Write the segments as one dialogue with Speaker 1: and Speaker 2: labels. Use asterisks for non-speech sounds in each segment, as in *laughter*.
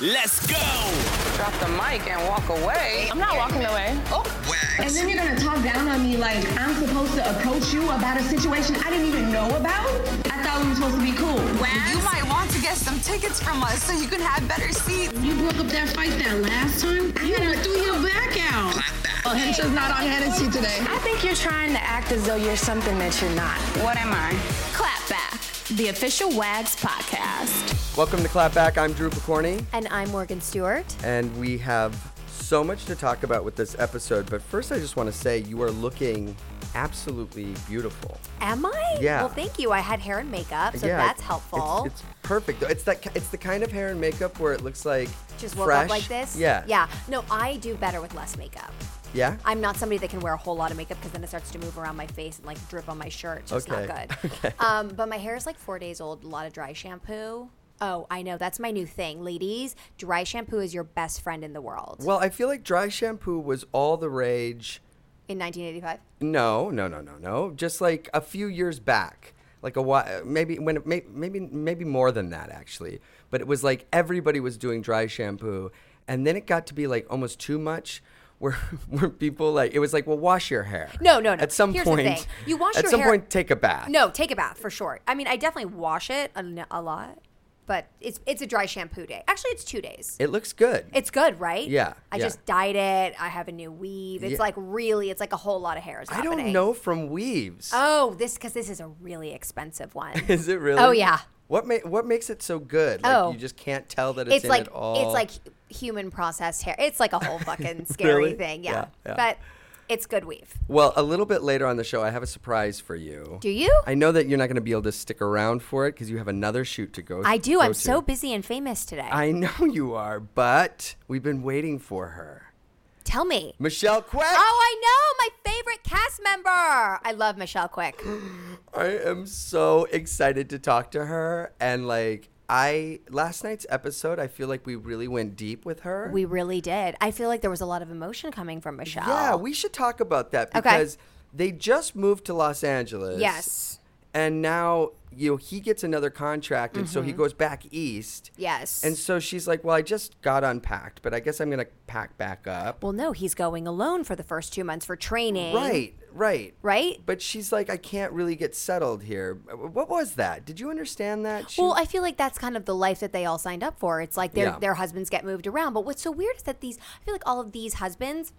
Speaker 1: Let's go!
Speaker 2: Drop the mic and walk away.
Speaker 3: I'm not walking away.
Speaker 4: And then you're gonna talk down on me like I'm supposed to approach you about a situation I didn't even know about. I thought we were supposed to be cool.
Speaker 5: You might want to get some tickets from us so you can have better seats.
Speaker 4: You broke up that fight that last time. I had to throw your back out.
Speaker 6: Well, Hensha's not on Hennessy today.
Speaker 3: I think you're trying to act as though you're something that you're not.
Speaker 2: What am I?
Speaker 7: Clap Back, the official WAGS podcast.
Speaker 8: Welcome to Clap Back. I'm Drew Picorni,
Speaker 7: And I'm Morgan Stewart.
Speaker 8: and we have so much to talk about with this episode. But first, I just want to say you are looking absolutely beautiful.
Speaker 7: Am I?
Speaker 8: Yeah.
Speaker 7: Well, thank you. I had hair and makeup, so
Speaker 8: Yeah,
Speaker 7: that's
Speaker 8: it's-
Speaker 7: helpful.
Speaker 8: It's, it's perfect. though. It's that. ki- It's the kind of hair and makeup where it looks like
Speaker 7: Just woke
Speaker 8: fresh.
Speaker 7: up like this.
Speaker 8: Yeah.
Speaker 7: Yeah. No, I do better with less makeup.
Speaker 8: Yeah.
Speaker 7: I'm not somebody that can wear a whole lot of makeup because then it starts to move around my face and like drip on my shirt. It's just
Speaker 8: *laughs* Okay.
Speaker 7: not good. Um, but my hair is like four days old, a lot of dry shampoo. Oh, I know. That's my new thing. Ladies, dry shampoo is your best friend in the world.
Speaker 8: well, I feel like dry shampoo was all the rage.
Speaker 7: In 1985?
Speaker 8: No, no, no, no, no. Just like a few years back, like a while, maybe when it, may- maybe maybe more than that actually. But it was like everybody was doing dry shampoo, and then it got to be like almost too much. Where, *laughs* where people like it was like well wash your hair
Speaker 7: No, no, no.
Speaker 8: at some
Speaker 7: Here's the thing.
Speaker 8: point
Speaker 7: You wash
Speaker 8: at
Speaker 7: your
Speaker 8: some
Speaker 7: hair-
Speaker 8: point take a bath
Speaker 7: No, take a bath for sure. I mean, I definitely wash it a, a lot, but it's it's a dry shampoo day. Actually, it's two days.
Speaker 8: it looks good
Speaker 7: It's good, right?
Speaker 8: Yeah,
Speaker 7: I
Speaker 8: yeah.
Speaker 7: just dyed it. I have a new weave. It's
Speaker 8: Yeah.
Speaker 7: like really, it's like a whole lot of hair is
Speaker 8: I
Speaker 7: happening.
Speaker 8: don't know from weaves
Speaker 7: Oh, this because this is a really expensive one.
Speaker 8: *laughs* is it really
Speaker 7: Oh, yeah.
Speaker 8: what ma- what makes it so good like
Speaker 7: Oh.
Speaker 8: you just can't tell that it's,
Speaker 7: it's
Speaker 8: in
Speaker 7: like
Speaker 8: at all
Speaker 7: it's like human processed hair. It's like a whole
Speaker 8: *laughs*
Speaker 7: fucking scary
Speaker 8: Really?
Speaker 7: thing. Yeah.
Speaker 8: Yeah, yeah.
Speaker 7: but it's good weave.
Speaker 8: Well, a little bit later on the show, I have a surprise for you.
Speaker 7: Do you?
Speaker 8: I know that you're not going to be able to stick around for it because you have another shoot to go.
Speaker 7: I do.
Speaker 8: go
Speaker 7: I'm
Speaker 8: to.
Speaker 7: so busy and famous today.
Speaker 8: I know you are, but we've been waiting for her,
Speaker 7: Tell me.
Speaker 8: Michelle Quack.
Speaker 7: Oh, I know my favorite cast member. I love Michelle
Speaker 8: *gasps*
Speaker 7: Quick.
Speaker 8: I am so excited to talk to her, and like I last night's episode, I feel like we really went deep with her.
Speaker 7: We really did. I feel like there was a lot of emotion coming from Michelle.
Speaker 8: yeah, we should talk about that
Speaker 7: Okay.
Speaker 8: because they just moved to Los Angeles.
Speaker 7: Yes.
Speaker 8: And now, you know, he gets another contract and so he goes back east.
Speaker 7: Mm-hmm. Yes.
Speaker 8: And so she's like, Well, I just got unpacked, but I guess I'm gonna pack back up.
Speaker 7: well, no, he's going alone for the first two months for training.
Speaker 8: Right, right.
Speaker 7: Right?
Speaker 8: But she's like, I can't really get settled here. Uh, What was that? Did you understand that? She-
Speaker 7: Well, I feel like that's kind of the life that they all signed up for. It's like their
Speaker 8: Yeah.
Speaker 7: their husbands get moved around. But what's so weird is that these I feel like all of these husbands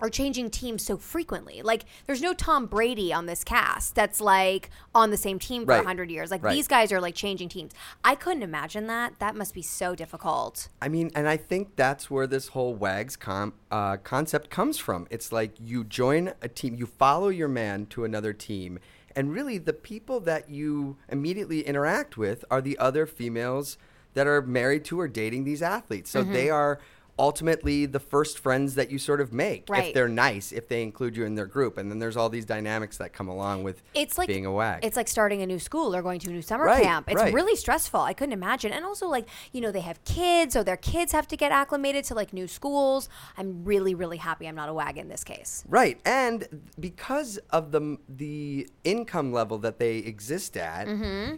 Speaker 7: are changing teams so frequently. Like there's no Tom Brady on this cast that's like on the same team for a
Speaker 8: Right.
Speaker 7: 100 years. Like
Speaker 8: Right.
Speaker 7: these guys are like changing teams. I couldn't imagine that. That must be so difficult.
Speaker 8: I mean, and I think that's where this whole WAGS com- uh, concept comes from. It's like you join a team, you follow your man to another team, and really the people that you immediately interact with are the other females that are married to or dating these athletes. So
Speaker 7: Mm-hmm.
Speaker 8: they are ultimately the first friends that you sort of make
Speaker 7: Right.
Speaker 8: if they're nice, if they include you in their group. And then there's all these dynamics that come along with
Speaker 7: it's like
Speaker 8: being a WAG.
Speaker 7: It's like starting a new school or going to a new summer
Speaker 8: Right,
Speaker 7: camp. It's
Speaker 8: right.
Speaker 7: really stressful. I couldn't imagine. And also, like you know, they have kids, so their kids have to get acclimated to like new schools. I'm really, really happy I'm not a wag in this case.
Speaker 8: Right, and because of the the income level that they exist at,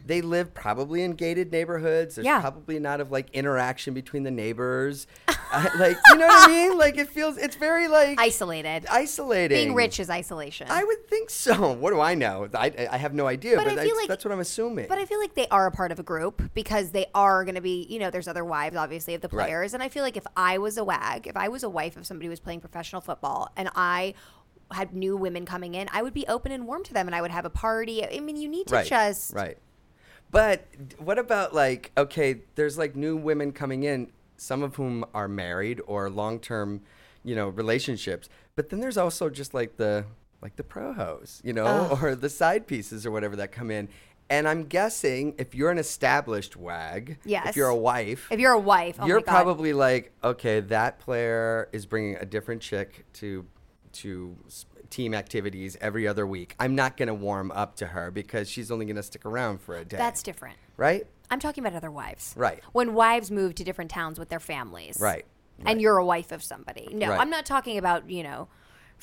Speaker 8: they live probably in gated neighborhoods. There's
Speaker 7: Mm-hmm. Yeah.
Speaker 8: probably not of like interaction between the neighbors, *laughs* I- like you know what I mean. Like it feels it's very like
Speaker 7: Isolated.
Speaker 8: isolating.
Speaker 7: Being rich is isolation.
Speaker 8: I would think so. What do I know? I, I have no idea, but,
Speaker 7: But I feel
Speaker 8: that's-
Speaker 7: like-
Speaker 8: that's what I'm assuming.
Speaker 7: but I feel like they are a part of a group because they are going to be, you know, there's other wives, obviously, of the
Speaker 8: Right.
Speaker 7: players. And I feel like if I was a WAG, if I was a wife of somebody who was playing professional football and I had new women coming in, I would be open and warm to them and I would have a party. I mean, you need to
Speaker 8: right,
Speaker 7: just.
Speaker 8: right. But d- what about like okay? There's like new women coming in, some of whom are married or long term, you know, relationships. But then there's also just like the like the pro hoes, you know, or the side pieces or whatever that come in. And I'm guessing if you're an established wag,
Speaker 7: Yes.
Speaker 8: if you're a wife,
Speaker 7: If you're a wife, oh my
Speaker 8: you're
Speaker 7: God.
Speaker 8: probably like, okay, that player is bringing a different chick to to s- team activities every other week. I'm not going to warm up to her because she's only going to stick around for a day.
Speaker 7: That's different.
Speaker 8: right?
Speaker 7: I'm talking about other wives.
Speaker 8: Right.
Speaker 7: When wives move to different towns with their families.
Speaker 8: Right,
Speaker 7: And you're a wife of somebody. No,
Speaker 8: Right.
Speaker 7: I'm not talking about, you know,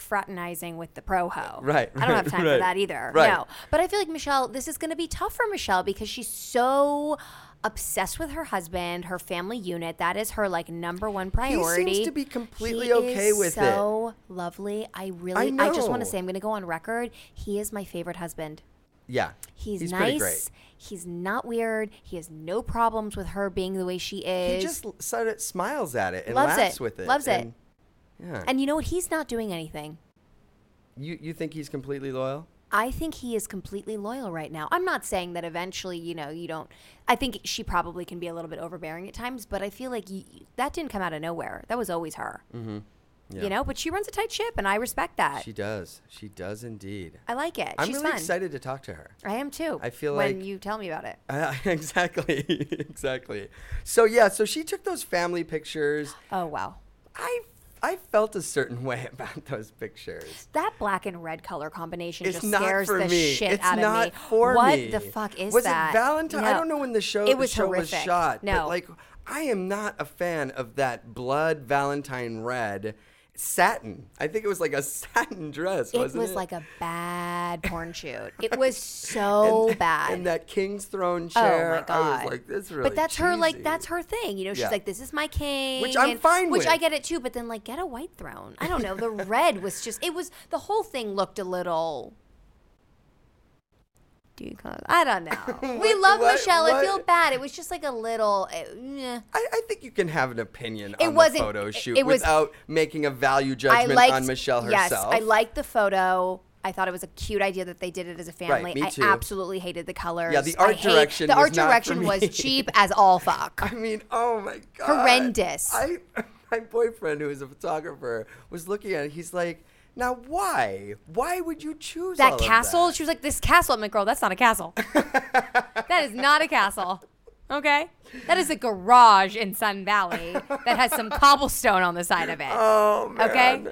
Speaker 7: fraternizing with the pro ho.
Speaker 8: Right,
Speaker 7: I don't have
Speaker 8: right,
Speaker 7: time for
Speaker 8: right.
Speaker 7: that either.
Speaker 8: Right.
Speaker 7: No. But I feel like Michelle, this is going to be tough for Michelle because she's so obsessed with her husband, her family unit. That is her like number one priority.
Speaker 8: seems to be completely
Speaker 7: He is
Speaker 8: okay with it.
Speaker 7: So lovely. I really, I, just want to
Speaker 8: know.
Speaker 7: say, I'm going to go on record. He is my favorite husband.
Speaker 8: Yeah.
Speaker 7: He's,
Speaker 8: pretty
Speaker 7: nice. He's not weird. He has no problems with her being the way she is.
Speaker 8: He just l- sort of smiles at it and
Speaker 7: Loves
Speaker 8: laughs
Speaker 7: it.
Speaker 8: with it.
Speaker 7: Loves it.
Speaker 8: and- Yeah.
Speaker 7: and you know what? He's not doing anything.
Speaker 8: you you think he's completely loyal?
Speaker 7: I think he is completely loyal right now. I'm not saying that eventually, you know, you don't. I think she probably can be a little bit overbearing at times, but I feel like you, that didn't come out of nowhere. That was always her. Mm-hmm.
Speaker 8: Yeah.
Speaker 7: You know, but she runs a tight ship, and I respect that.
Speaker 8: She does. She does indeed.
Speaker 7: I like it.
Speaker 8: I'm
Speaker 7: She's
Speaker 8: really
Speaker 7: fun.
Speaker 8: excited to talk to her. *laughs*
Speaker 7: I am too.
Speaker 8: I feel
Speaker 7: when
Speaker 8: like-
Speaker 7: you tell me about it.
Speaker 8: Uh, exactly. *laughs* exactly. So yeah, so she took those family pictures.
Speaker 7: Oh wow,
Speaker 8: I I felt a certain *laughs* way about those pictures.
Speaker 7: that black and red color combination
Speaker 8: It's
Speaker 7: just
Speaker 8: not
Speaker 7: scares
Speaker 8: for
Speaker 7: the
Speaker 8: me.
Speaker 7: shit
Speaker 8: it's
Speaker 7: out
Speaker 8: not
Speaker 7: of me.
Speaker 8: for
Speaker 7: what
Speaker 8: me.
Speaker 7: the fuck is
Speaker 8: was
Speaker 7: that?
Speaker 8: it Valentine? I
Speaker 7: No.
Speaker 8: don't know when the show
Speaker 7: It was
Speaker 8: the show was
Speaker 7: horrific.
Speaker 8: shot.
Speaker 7: No,
Speaker 8: But like I am not a fan of that blood Valentine red satin. I think it was like a *laughs* satin dress,
Speaker 7: it
Speaker 8: wasn't
Speaker 7: was
Speaker 8: it?
Speaker 7: like a bad porn shoot. It
Speaker 8: *laughs*
Speaker 7: was so bad.
Speaker 8: And that king's throne
Speaker 7: Oh
Speaker 8: chair.
Speaker 7: my god!
Speaker 8: I was like, this really
Speaker 7: but that's her like
Speaker 8: cheesy.
Speaker 7: that's her thing. You know, she's
Speaker 8: Yeah.
Speaker 7: like, this is my king,
Speaker 8: Which I'm fine
Speaker 7: Which
Speaker 8: with.
Speaker 7: I get it too. But then like, get a white throne. I don't know.
Speaker 8: *laughs*
Speaker 7: The red was just it was the whole thing looked a little. Do you call it? I don't
Speaker 8: *laughs*
Speaker 7: know. we
Speaker 8: What-
Speaker 7: love
Speaker 8: what-
Speaker 7: Michelle. I feel
Speaker 8: what?
Speaker 7: bad. It was just like a little. eh, meh.
Speaker 8: I, I think you can have an opinion on
Speaker 7: wasn't-
Speaker 8: the photo
Speaker 7: it-
Speaker 8: shoot
Speaker 7: it was-
Speaker 8: without making a value
Speaker 7: I
Speaker 8: judgment
Speaker 7: liked
Speaker 8: on Michelle
Speaker 7: Yes,
Speaker 8: herself.
Speaker 7: I liked the photo. I thought it was a cute idea that they did it as a family.
Speaker 8: me too.
Speaker 7: I absolutely hated the colors.
Speaker 8: Yeah, the
Speaker 7: I
Speaker 8: art
Speaker 7: hate-
Speaker 8: direction
Speaker 7: The
Speaker 8: was
Speaker 7: art
Speaker 8: not for
Speaker 7: direction
Speaker 8: me.
Speaker 7: was
Speaker 8: *laughs*
Speaker 7: cheap as all fuck.
Speaker 8: I mean, oh my god,
Speaker 7: Horrendous.
Speaker 8: I, my boyfriend, who is a photographer, was looking at it. He's like, "Now, why? Why would you choose all
Speaker 7: that
Speaker 8: of
Speaker 7: castle.
Speaker 8: that?"
Speaker 7: She was like, "This castle." I'm like, "Girl, that's not a
Speaker 8: *laughs*
Speaker 7: castle. that is not a castle. Okay, that is a garage in Sun Valley that has
Speaker 8: *laughs*
Speaker 7: some cobblestone on the side of it.
Speaker 8: Oh man.
Speaker 7: Okay.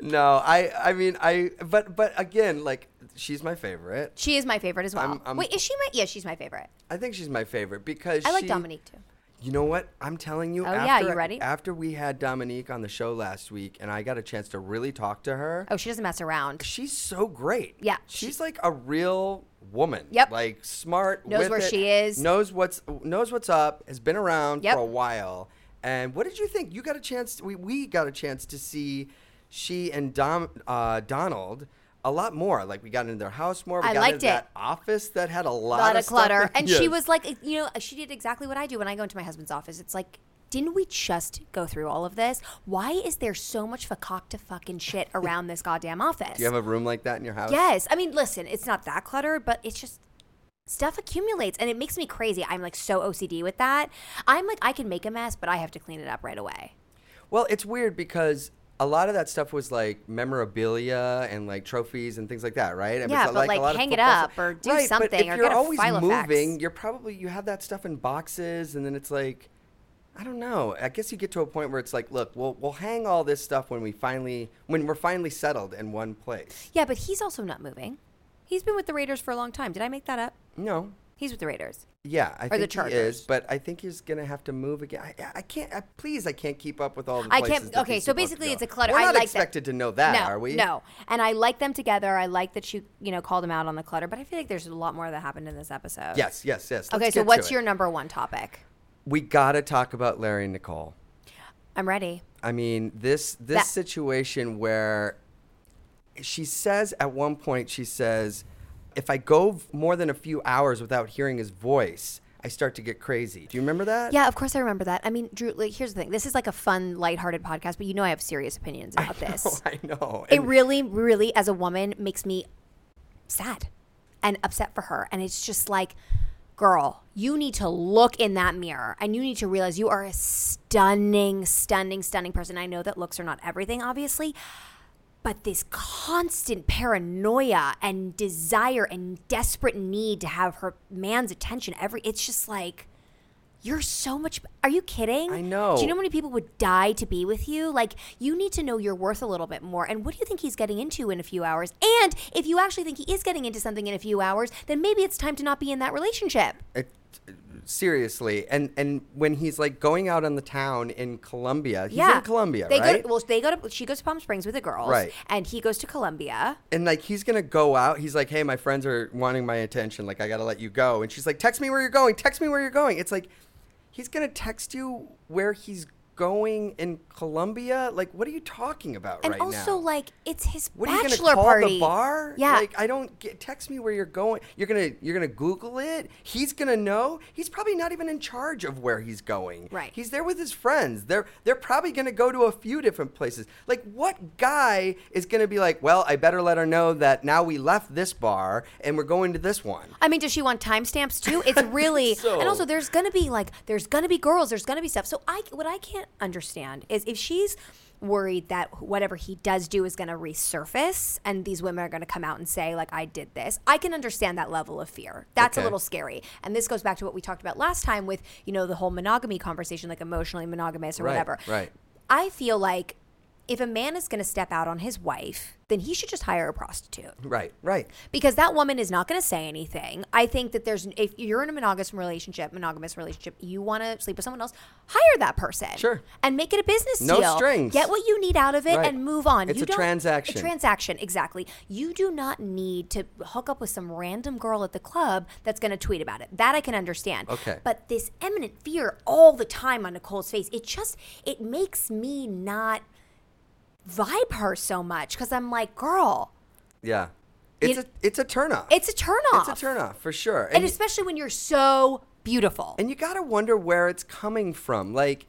Speaker 8: No, I. I mean, I. But but again, like, she's my favorite.
Speaker 7: she is my favorite as well.
Speaker 8: I'm- I'm-
Speaker 7: Wait, is she my? Yeah, she's my favorite.
Speaker 8: I think she's my favorite because
Speaker 7: I like
Speaker 8: she-
Speaker 7: Dominique too.
Speaker 8: You know what? I'm telling you.
Speaker 7: Oh, yeah,
Speaker 8: after,
Speaker 7: you ready?
Speaker 8: After we had Dominique on the show last week, and I got a chance to really talk to her.
Speaker 7: Oh, she doesn't mess around.
Speaker 8: She's so great.
Speaker 7: Yeah, she-
Speaker 8: she's like a real woman.
Speaker 7: Yep.
Speaker 8: like smart.
Speaker 7: Knows
Speaker 8: with
Speaker 7: where
Speaker 8: it,
Speaker 7: she is.
Speaker 8: Knows what's knows what's up. Has been around
Speaker 7: Yep.
Speaker 8: for a while. And what did you think? You got a chance. We we got a chance to see she and Dom uh, Donald. A lot more. Like we got into their house more. We
Speaker 7: I
Speaker 8: got
Speaker 7: liked
Speaker 8: into
Speaker 7: it.
Speaker 8: that office that had a lot,
Speaker 7: a lot of
Speaker 8: stuff
Speaker 7: clutter.
Speaker 8: in- *laughs*
Speaker 7: And she
Speaker 8: Yes.
Speaker 7: was like, you know, she did exactly what I do when I go into my husband's office. It's like, didn't we just go through all of this? Why is there so much fakakta fucking shit around this goddamn office?
Speaker 8: Do you have a room like that in your house?
Speaker 7: Yes. I mean, listen, it's not that cluttered, but it's just stuff accumulates and it makes me crazy. I'm like so OCD with that. I'm like, I can make a mess, but I have to clean it up right away.
Speaker 8: Well, it's weird because a lot of that stuff was like memorabilia and like trophies and things like that, right? I
Speaker 7: Yeah,
Speaker 8: it's
Speaker 7: but,
Speaker 8: a
Speaker 7: like,
Speaker 8: lot of
Speaker 7: hang it
Speaker 8: football
Speaker 7: up or do
Speaker 8: right, But
Speaker 7: something
Speaker 8: if
Speaker 7: or
Speaker 8: you're
Speaker 7: get a
Speaker 8: always
Speaker 7: Filofax.
Speaker 8: moving, you're probably you have that stuff in boxes, and then it's like, I don't know. I guess you get to a point where it's like, look, we'll we'll hang all this stuff when we finally when we're finally settled in one place.
Speaker 7: Yeah, but he's also not moving. He's been with the Raiders for a long time. Did I make that up?
Speaker 8: No.
Speaker 7: He's with the Raiders.
Speaker 8: Yeah, I
Speaker 7: the
Speaker 8: think he is,
Speaker 7: Chargers.
Speaker 8: but I think he's gonna have to move again. I, I- I can't. I, please, I can't keep up with all the.
Speaker 7: I
Speaker 8: places
Speaker 7: can't.
Speaker 8: that
Speaker 7: Okay,
Speaker 8: these
Speaker 7: so
Speaker 8: people have to
Speaker 7: basically,
Speaker 8: go.
Speaker 7: it's a clutter.
Speaker 8: We're
Speaker 7: I like
Speaker 8: not
Speaker 7: that-
Speaker 8: expected to know that,
Speaker 7: No,
Speaker 8: are we?
Speaker 7: No, and I like them together. I like that you, you know, called them out on the clutter. But I feel like there's a lot more that happened in this episode.
Speaker 8: Yes, yes, yes. Let's
Speaker 7: Okay, so
Speaker 8: get to
Speaker 7: what's
Speaker 8: it.
Speaker 7: your number one topic?
Speaker 8: we gotta talk about Larry and Nicole.
Speaker 7: I'm ready.
Speaker 8: I mean, this this
Speaker 7: That-
Speaker 8: situation where she says at one point she says, "If I go v- more than a few hours without hearing his voice, I start to get crazy." Do you remember that? *laughs*
Speaker 7: Yeah, of course I remember that. I mean, Drew, like, here's the thing. This is like a fun, lighthearted podcast, but you know I have serious opinions about this.
Speaker 8: *laughs* Oh, I know.
Speaker 7: It
Speaker 8: And
Speaker 7: really, really, as a woman, makes me sad and upset for her. And it's just like, girl, you need to look in that mirror and you need to realize you are a stunning, stunning, stunning person. I know that looks are not everything, obviously, but this constant paranoia and desire and desperate need to have her man's attention every it's just like you're so much are you kidding
Speaker 8: I know.
Speaker 7: do you know how many people would die to be with you like you need to know your worth a little bit more and what do you think he's getting into in a few hours and if you actually think he is getting into something in a few hours then maybe it's time to not be in that relationship
Speaker 8: it- seriously. And and when he's like going out on the town in Colombia, he's
Speaker 7: yeah,
Speaker 8: in Colombia,
Speaker 7: They
Speaker 8: right?
Speaker 7: go. To, well, they go to. She goes to Palm Springs with the girls,
Speaker 8: Right.
Speaker 7: And he goes to Colombia.
Speaker 8: and like he's gonna go out. He's like, "Hey, my friends are wanting my attention. Like, I gotta let you go." And she's like, "Text me where you're going. Text me where you're going." It's like he's gonna text you where he's going in Colombia. Like, what are you talking about
Speaker 7: And
Speaker 8: right
Speaker 7: also,
Speaker 8: now?
Speaker 7: like, it's his
Speaker 8: what are you
Speaker 7: bachelor
Speaker 8: gonna call
Speaker 7: party.
Speaker 8: the bar?
Speaker 7: Yeah.
Speaker 8: like I don't get. Text me where you're going. You're gonna you're gonna Google it. He's gonna know. He's probably not even in charge of where he's going.
Speaker 7: Right.
Speaker 8: He's there with his friends. They're they're probably gonna go to a few different places. Like what guy is gonna be like? Well, I better let her know that now we left this bar and we're going to this one.
Speaker 7: I mean, does she want timestamps too?
Speaker 8: *laughs*
Speaker 7: It's really
Speaker 8: So-
Speaker 7: and also there's gonna be like there's gonna be girls, there's gonna be stuff. So I what I can't understand is if she's worried that whatever he does do is gonna resurface and these women are gonna come out and say like I did this. I can understand that level of fear. That's a
Speaker 8: Okay.
Speaker 7: little scary. And this goes back to what we talked about last time with you know the whole monogamy conversation, like emotionally monogamous or
Speaker 8: Right,
Speaker 7: whatever.
Speaker 8: right.
Speaker 7: I feel like. If a man is going to step out on his wife, then he should just hire a prostitute
Speaker 8: Right. Right.
Speaker 7: because that woman is not going to say anything. I think that there's if you're in a monogamous relationship, monogamous relationship, you want to sleep with someone else, hire that person,
Speaker 8: Sure.
Speaker 7: and make it a business
Speaker 8: No
Speaker 7: deal.
Speaker 8: strings.
Speaker 7: Get what you need out of it
Speaker 8: Right.
Speaker 7: and move on.
Speaker 8: It's
Speaker 7: you
Speaker 8: a transaction.
Speaker 7: A transaction, exactly. You do not need to hook up with some random girl at the club that's going to tweet about it. That I can understand.
Speaker 8: Okay.
Speaker 7: but this eminent fear all the time on Nicole's face, it just it makes me not vibe her so much because I'm like, girl.
Speaker 8: Yeah. It's
Speaker 7: You-
Speaker 8: a it's a turnoff.
Speaker 7: It's a turnoff.
Speaker 8: It's a turnoff for sure.
Speaker 7: and
Speaker 8: And-
Speaker 7: especially when you're so beautiful.
Speaker 8: And you gotta wonder where it's coming from. Like,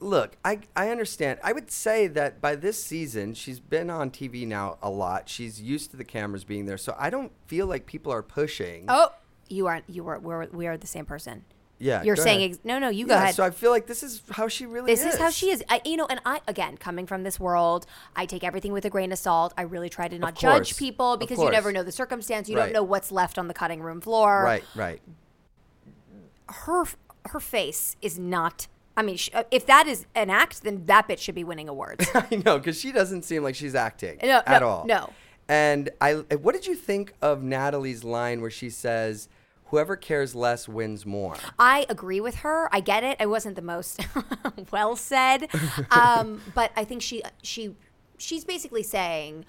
Speaker 8: look, I I understand. I would say that by this season, she's been on TV now a lot. She's used to the cameras being there, so I don't feel like people are pushing.
Speaker 7: oh, you aren't. You are. We're, we are the same person.
Speaker 8: Yeah,
Speaker 7: You're
Speaker 8: go
Speaker 7: saying
Speaker 8: ahead.
Speaker 7: ex- no, no. You go
Speaker 8: Yeah,
Speaker 7: ahead.
Speaker 8: So I feel like this is how she really
Speaker 7: this
Speaker 8: is.
Speaker 7: is how she is. I, you know, and I again coming from this world, I take everything with a grain of salt. I really try to not
Speaker 8: course.
Speaker 7: judge people
Speaker 8: Of
Speaker 7: because you never
Speaker 8: course.
Speaker 7: know the circumstance. You
Speaker 8: Right.
Speaker 7: don't know what's left on the cutting room floor.
Speaker 8: Right, right. *laughs*
Speaker 7: Her her face is not. I mean, sh- if that is an act, then that bitch should be winning awards.
Speaker 8: I know, because she doesn't seem like she's acting
Speaker 7: No,
Speaker 8: at
Speaker 7: no,
Speaker 8: all.
Speaker 7: no.
Speaker 8: And I, what did you think of Natalie's line where she says, "Whoever cares less wins more"?
Speaker 7: I agree with her. I get it. It wasn't the most *laughs* well said,
Speaker 8: *laughs*
Speaker 7: um, but I think she she she's basically saying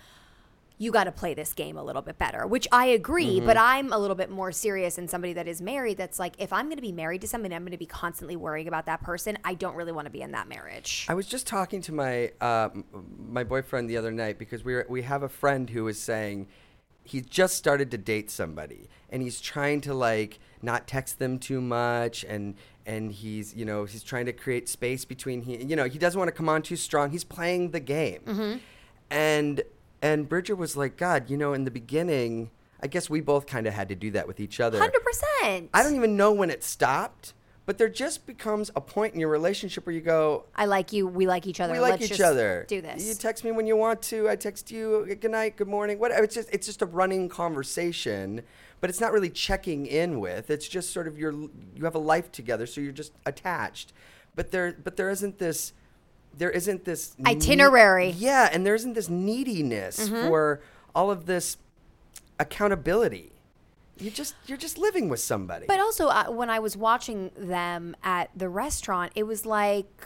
Speaker 7: you got to play this game a little bit better, which I agree. But
Speaker 8: Mm-hmm.
Speaker 7: I'm a little bit more serious and somebody that is married. That's like if I'm going to be married to somebody, I'm going to be constantly worrying about that person. I don't really want to be in that marriage.
Speaker 8: I was just talking to my uh, m- my boyfriend the other night because we were, we have a friend who is saying he just started to date somebody and he's trying to like not text them too much and and he's you know he's trying to create space between he you know he doesn't want to come on too strong he's playing the game
Speaker 7: Mm-hmm.
Speaker 8: and and Bridger was like God you know in the beginning I guess we both kind of had to do that with each other
Speaker 7: Hundred percent.
Speaker 8: I don't even know when it stopped but there just becomes a point in your relationship where you go
Speaker 7: I like you. We like each other.
Speaker 8: we like
Speaker 7: Let's
Speaker 8: each
Speaker 7: just
Speaker 8: other.
Speaker 7: Do this.
Speaker 8: You text me when you want to. I text you. uh, Good night. Good morning. Whatever. It's just it's just a running conversation, but it's not really checking in with. It's just sort of your you have a life together, so you're just attached. But there but there isn't this there isn't this ne-
Speaker 7: Itinerary. Mm-hmm.
Speaker 8: yeah, and there isn't this neediness for all of this accountability. You just you're just living with somebody.
Speaker 7: But also, uh, when I was watching them at the restaurant, it was like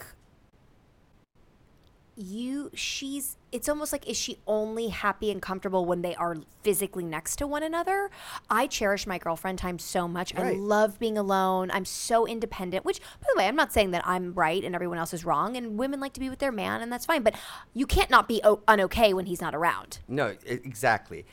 Speaker 7: you she's it's almost like is she only happy and comfortable when they are physically next to one another i cherish my girlfriend time so much i
Speaker 8: Right.
Speaker 7: love being alone i'm so independent which by the way i'm not saying that i'm right and everyone else is wrong and women like to be with their man and that's fine but you can't not be o- unokay when he's not around
Speaker 8: No, e- exactly.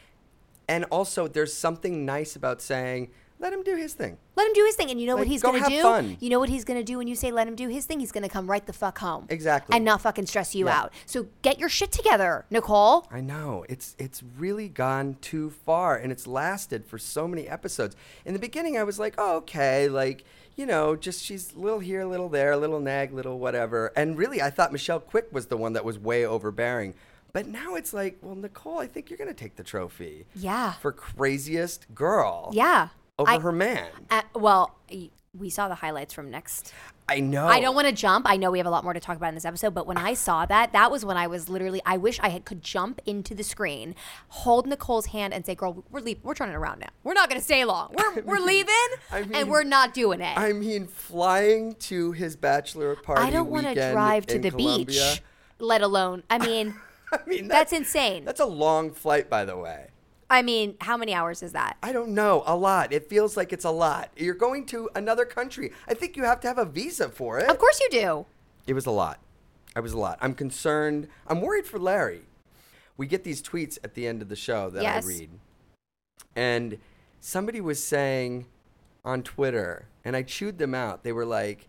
Speaker 8: And also, there's something nice about saying, let him do his thing.
Speaker 7: let him do his thing and you know what
Speaker 8: Like,
Speaker 7: he's
Speaker 8: go
Speaker 7: gonna
Speaker 8: have
Speaker 7: do
Speaker 8: fun.
Speaker 7: you know what he's gonna do when you say let him do his thing he's gonna come right the fuck home
Speaker 8: Exactly.
Speaker 7: and not fucking stress you
Speaker 8: Yeah.
Speaker 7: out so get your shit together nicole
Speaker 8: I know it's it's really gone too far, and it's lasted for so many episodes. In the beginning, I was like, oh, okay, like you know, just she's little here, little there, little nag, little whatever. And really, I thought Michelle Quick was the one that was way overbearing. But now it's like, well, Nicole, I think you're gonna take the trophy.
Speaker 7: Yeah.
Speaker 8: For craziest girl.
Speaker 7: yeah
Speaker 8: Over
Speaker 7: I-
Speaker 8: her man.
Speaker 7: uh, well y- we saw the highlights from next.
Speaker 8: I know.
Speaker 7: I don't want to jump. I know we have a lot more to talk about in this episode, but when I saw that, that was when I was literally. I wish I had could jump into the screen, hold Nicole's hand, and say, "Girl, we're leaving. We're turning around now. We're not going to stay long.
Speaker 8: *laughs*
Speaker 7: We're we're leaving,
Speaker 8: I mean-
Speaker 7: and we're not doing it."
Speaker 8: I mean, flying to his bachelor party.
Speaker 7: I don't
Speaker 8: want to
Speaker 7: drive to the beach, let alone. I mean,
Speaker 8: *laughs* I mean,
Speaker 7: That's insane.
Speaker 8: That's a long flight, by the way.
Speaker 7: I mean, how many hours is that?
Speaker 8: I don't know. A lot. It feels like it's a lot. You're going to another country. I think you have to have a visa for it.
Speaker 7: Of course you do.
Speaker 8: It was a lot. I was a lot. I'm concerned. I'm worried for Larry. We get these tweets at the end of the show that
Speaker 7: Yes.
Speaker 8: I read. And somebody was saying on Twitter, and I chewed them out. They were like,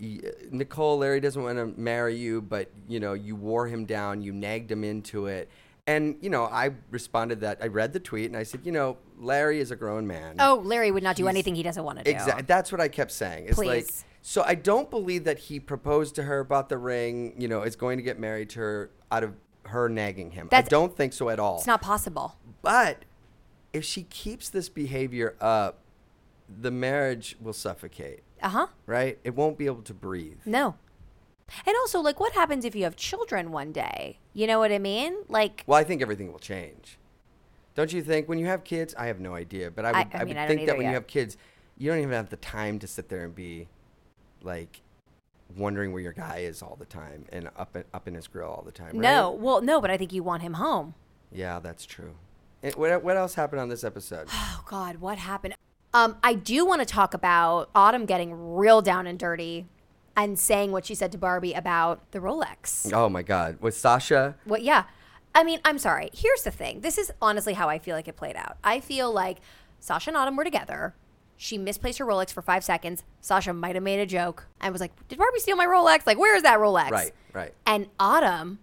Speaker 8: "Y- Nicole, Larry doesn't want to marry you, but you know, you wore him down, you nagged him into it. And, you know, I responded that I read the tweet and I said, you know, Larry is a grown man.
Speaker 7: Oh, Larry would not do
Speaker 8: He's-
Speaker 7: anything he doesn't want to do.
Speaker 8: Exactly. That's what I kept saying. It's like
Speaker 7: Please.
Speaker 8: so I don't believe that he proposed to her about the ring, you know, is going to get married to her out of her nagging him. I
Speaker 7: That's-
Speaker 8: don't think so at all.
Speaker 7: It's not possible.
Speaker 8: but if she keeps this behavior up, the marriage will suffocate,
Speaker 7: Uh huh.
Speaker 8: right? It won't be able to breathe.
Speaker 7: No. And also, like, what happens if you have children one day? You know what I mean? Like,
Speaker 8: Well, I think everything will change. Don't you think when you have kids, I have no idea, but I would,
Speaker 7: I-
Speaker 8: I,
Speaker 7: I mean,
Speaker 8: would
Speaker 7: I don't
Speaker 8: think
Speaker 7: either
Speaker 8: that when
Speaker 7: yet.
Speaker 8: you have kids, you don't even have the time to sit there and be like wondering where your guy is all the time and up in, up in his grill all the time. Right?
Speaker 7: no. Well, no, but I think you want him home.
Speaker 8: Yeah, that's true. And what, what else happened on this episode? *sighs*
Speaker 7: Oh, God, what happened? Um, I do want to talk about Autumn getting real down and dirty and saying what she said to Barbie about the Rolex.
Speaker 8: oh my God. With Sasha,
Speaker 7: Well, yeah. I mean, I'm sorry. Here's the thing. This is honestly how I feel like it played out. I feel like Sasha and Autumn were together. She misplaced her Rolex for five seconds. Sasha might have made a joke and was like, Did Barbie steal my Rolex? Like, where is that Rolex?
Speaker 8: Right, right.
Speaker 7: And Autumn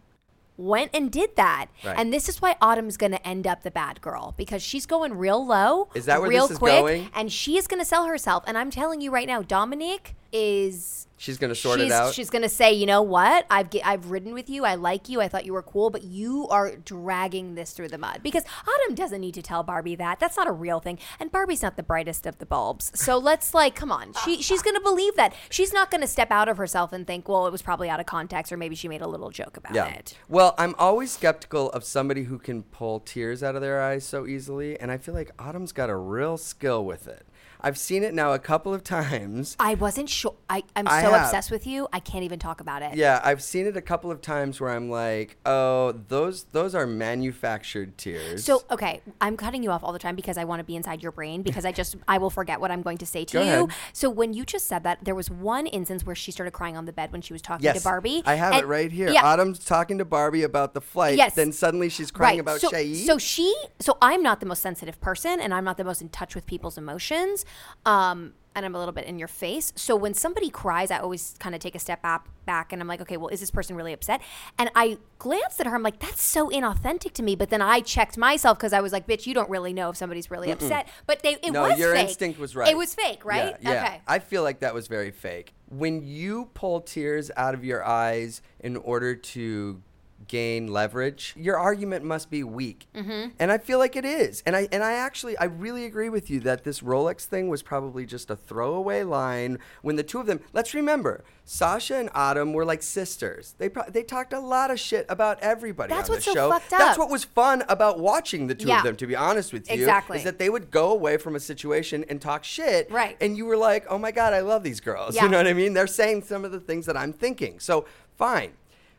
Speaker 7: went and did that.
Speaker 8: Right.
Speaker 7: And this is why Autumn's going to end up the bad girl because she's going real low.
Speaker 8: Is that where
Speaker 7: real
Speaker 8: this is
Speaker 7: quick,
Speaker 8: going?
Speaker 7: And she is going to sell herself. And I'm telling you right now, Dominique is
Speaker 8: she's going to sort
Speaker 7: she's,
Speaker 8: it out.
Speaker 7: She's gonna say, you know what? I've ge- I've ridden with you. I like you. I thought you were cool, but you are dragging this through the mud because Autumn doesn't need to tell Barbie that. That's not a real thing, and Barbie's not the brightest of the bulbs. So let's like, come on. She she's gonna believe that. She's not gonna step out of herself and think, well, it was probably out of context, or maybe she made a little joke about it.
Speaker 8: Well, I'm always skeptical of somebody who can pull tears out of their eyes so easily, and I feel like Autumn's got a real skill with it. I've seen it now a couple of *laughs* times.
Speaker 7: I wasn't sure. I, I'm so
Speaker 8: I have-
Speaker 7: obsessed with you. I can't even talk about it.
Speaker 8: Yeah, I've seen it a couple of times where I'm like, "Oh, those those are manufactured tears."
Speaker 7: So okay, I'm cutting you off all the time because I want to be inside your brain because I
Speaker 8: *laughs*
Speaker 7: just I will forget what I'm going to say to
Speaker 8: Go
Speaker 7: you.
Speaker 8: ahead.
Speaker 7: So when you just said that, there was one instance where she started crying on the bed when she was talking
Speaker 8: yes,
Speaker 7: to Barbie.
Speaker 8: I have it
Speaker 7: And-
Speaker 8: right here.
Speaker 7: Yeah.
Speaker 8: Autumn's talking to Barbie about the flight.
Speaker 7: Yes.
Speaker 8: Then suddenly she's crying
Speaker 7: Right.
Speaker 8: about
Speaker 7: so,
Speaker 8: Shai.
Speaker 7: So she, so I'm not the most sensitive person, and I'm not the most in touch with people's emotions, um, and I'm a little bit in your face. So when somebody cries, I always kind of take a step up, back, and I'm like, okay, well, is this person really upset? And I glanced at her, I'm like, that's so inauthentic to me. But then I checked myself because I was like, bitch, you don't really know if somebody's really upset. But they, it
Speaker 8: no,
Speaker 7: was
Speaker 8: your
Speaker 7: fake.
Speaker 8: instinct was right.
Speaker 7: It was fake, right?
Speaker 8: Yeah, yeah.
Speaker 7: Okay.
Speaker 8: I feel like that was very fake. When you pull tears out of your eyes in order to gain leverage, your argument must be weak, mm-hmm. and I feel like it is. And I and I actually I really agree with you that this Rolex thing was probably just a throwaway line. When the two of them, let's remember, Sasha and Autumn were like sisters. They pro- they talked a lot of shit about everybody
Speaker 7: That's
Speaker 8: on
Speaker 7: what's
Speaker 8: the
Speaker 7: so
Speaker 8: show.
Speaker 7: fucked
Speaker 8: That's
Speaker 7: up.
Speaker 8: what was fun about watching the two
Speaker 7: Yeah.
Speaker 8: of them. To be honest with you,
Speaker 7: Exactly.
Speaker 8: is that they would go away from a situation and talk shit.
Speaker 7: Right.
Speaker 8: And you were like, oh my God, I love these girls. *laughs*
Speaker 7: Yeah.
Speaker 8: You know what I mean? They're saying some of the things that I'm thinking. So fine.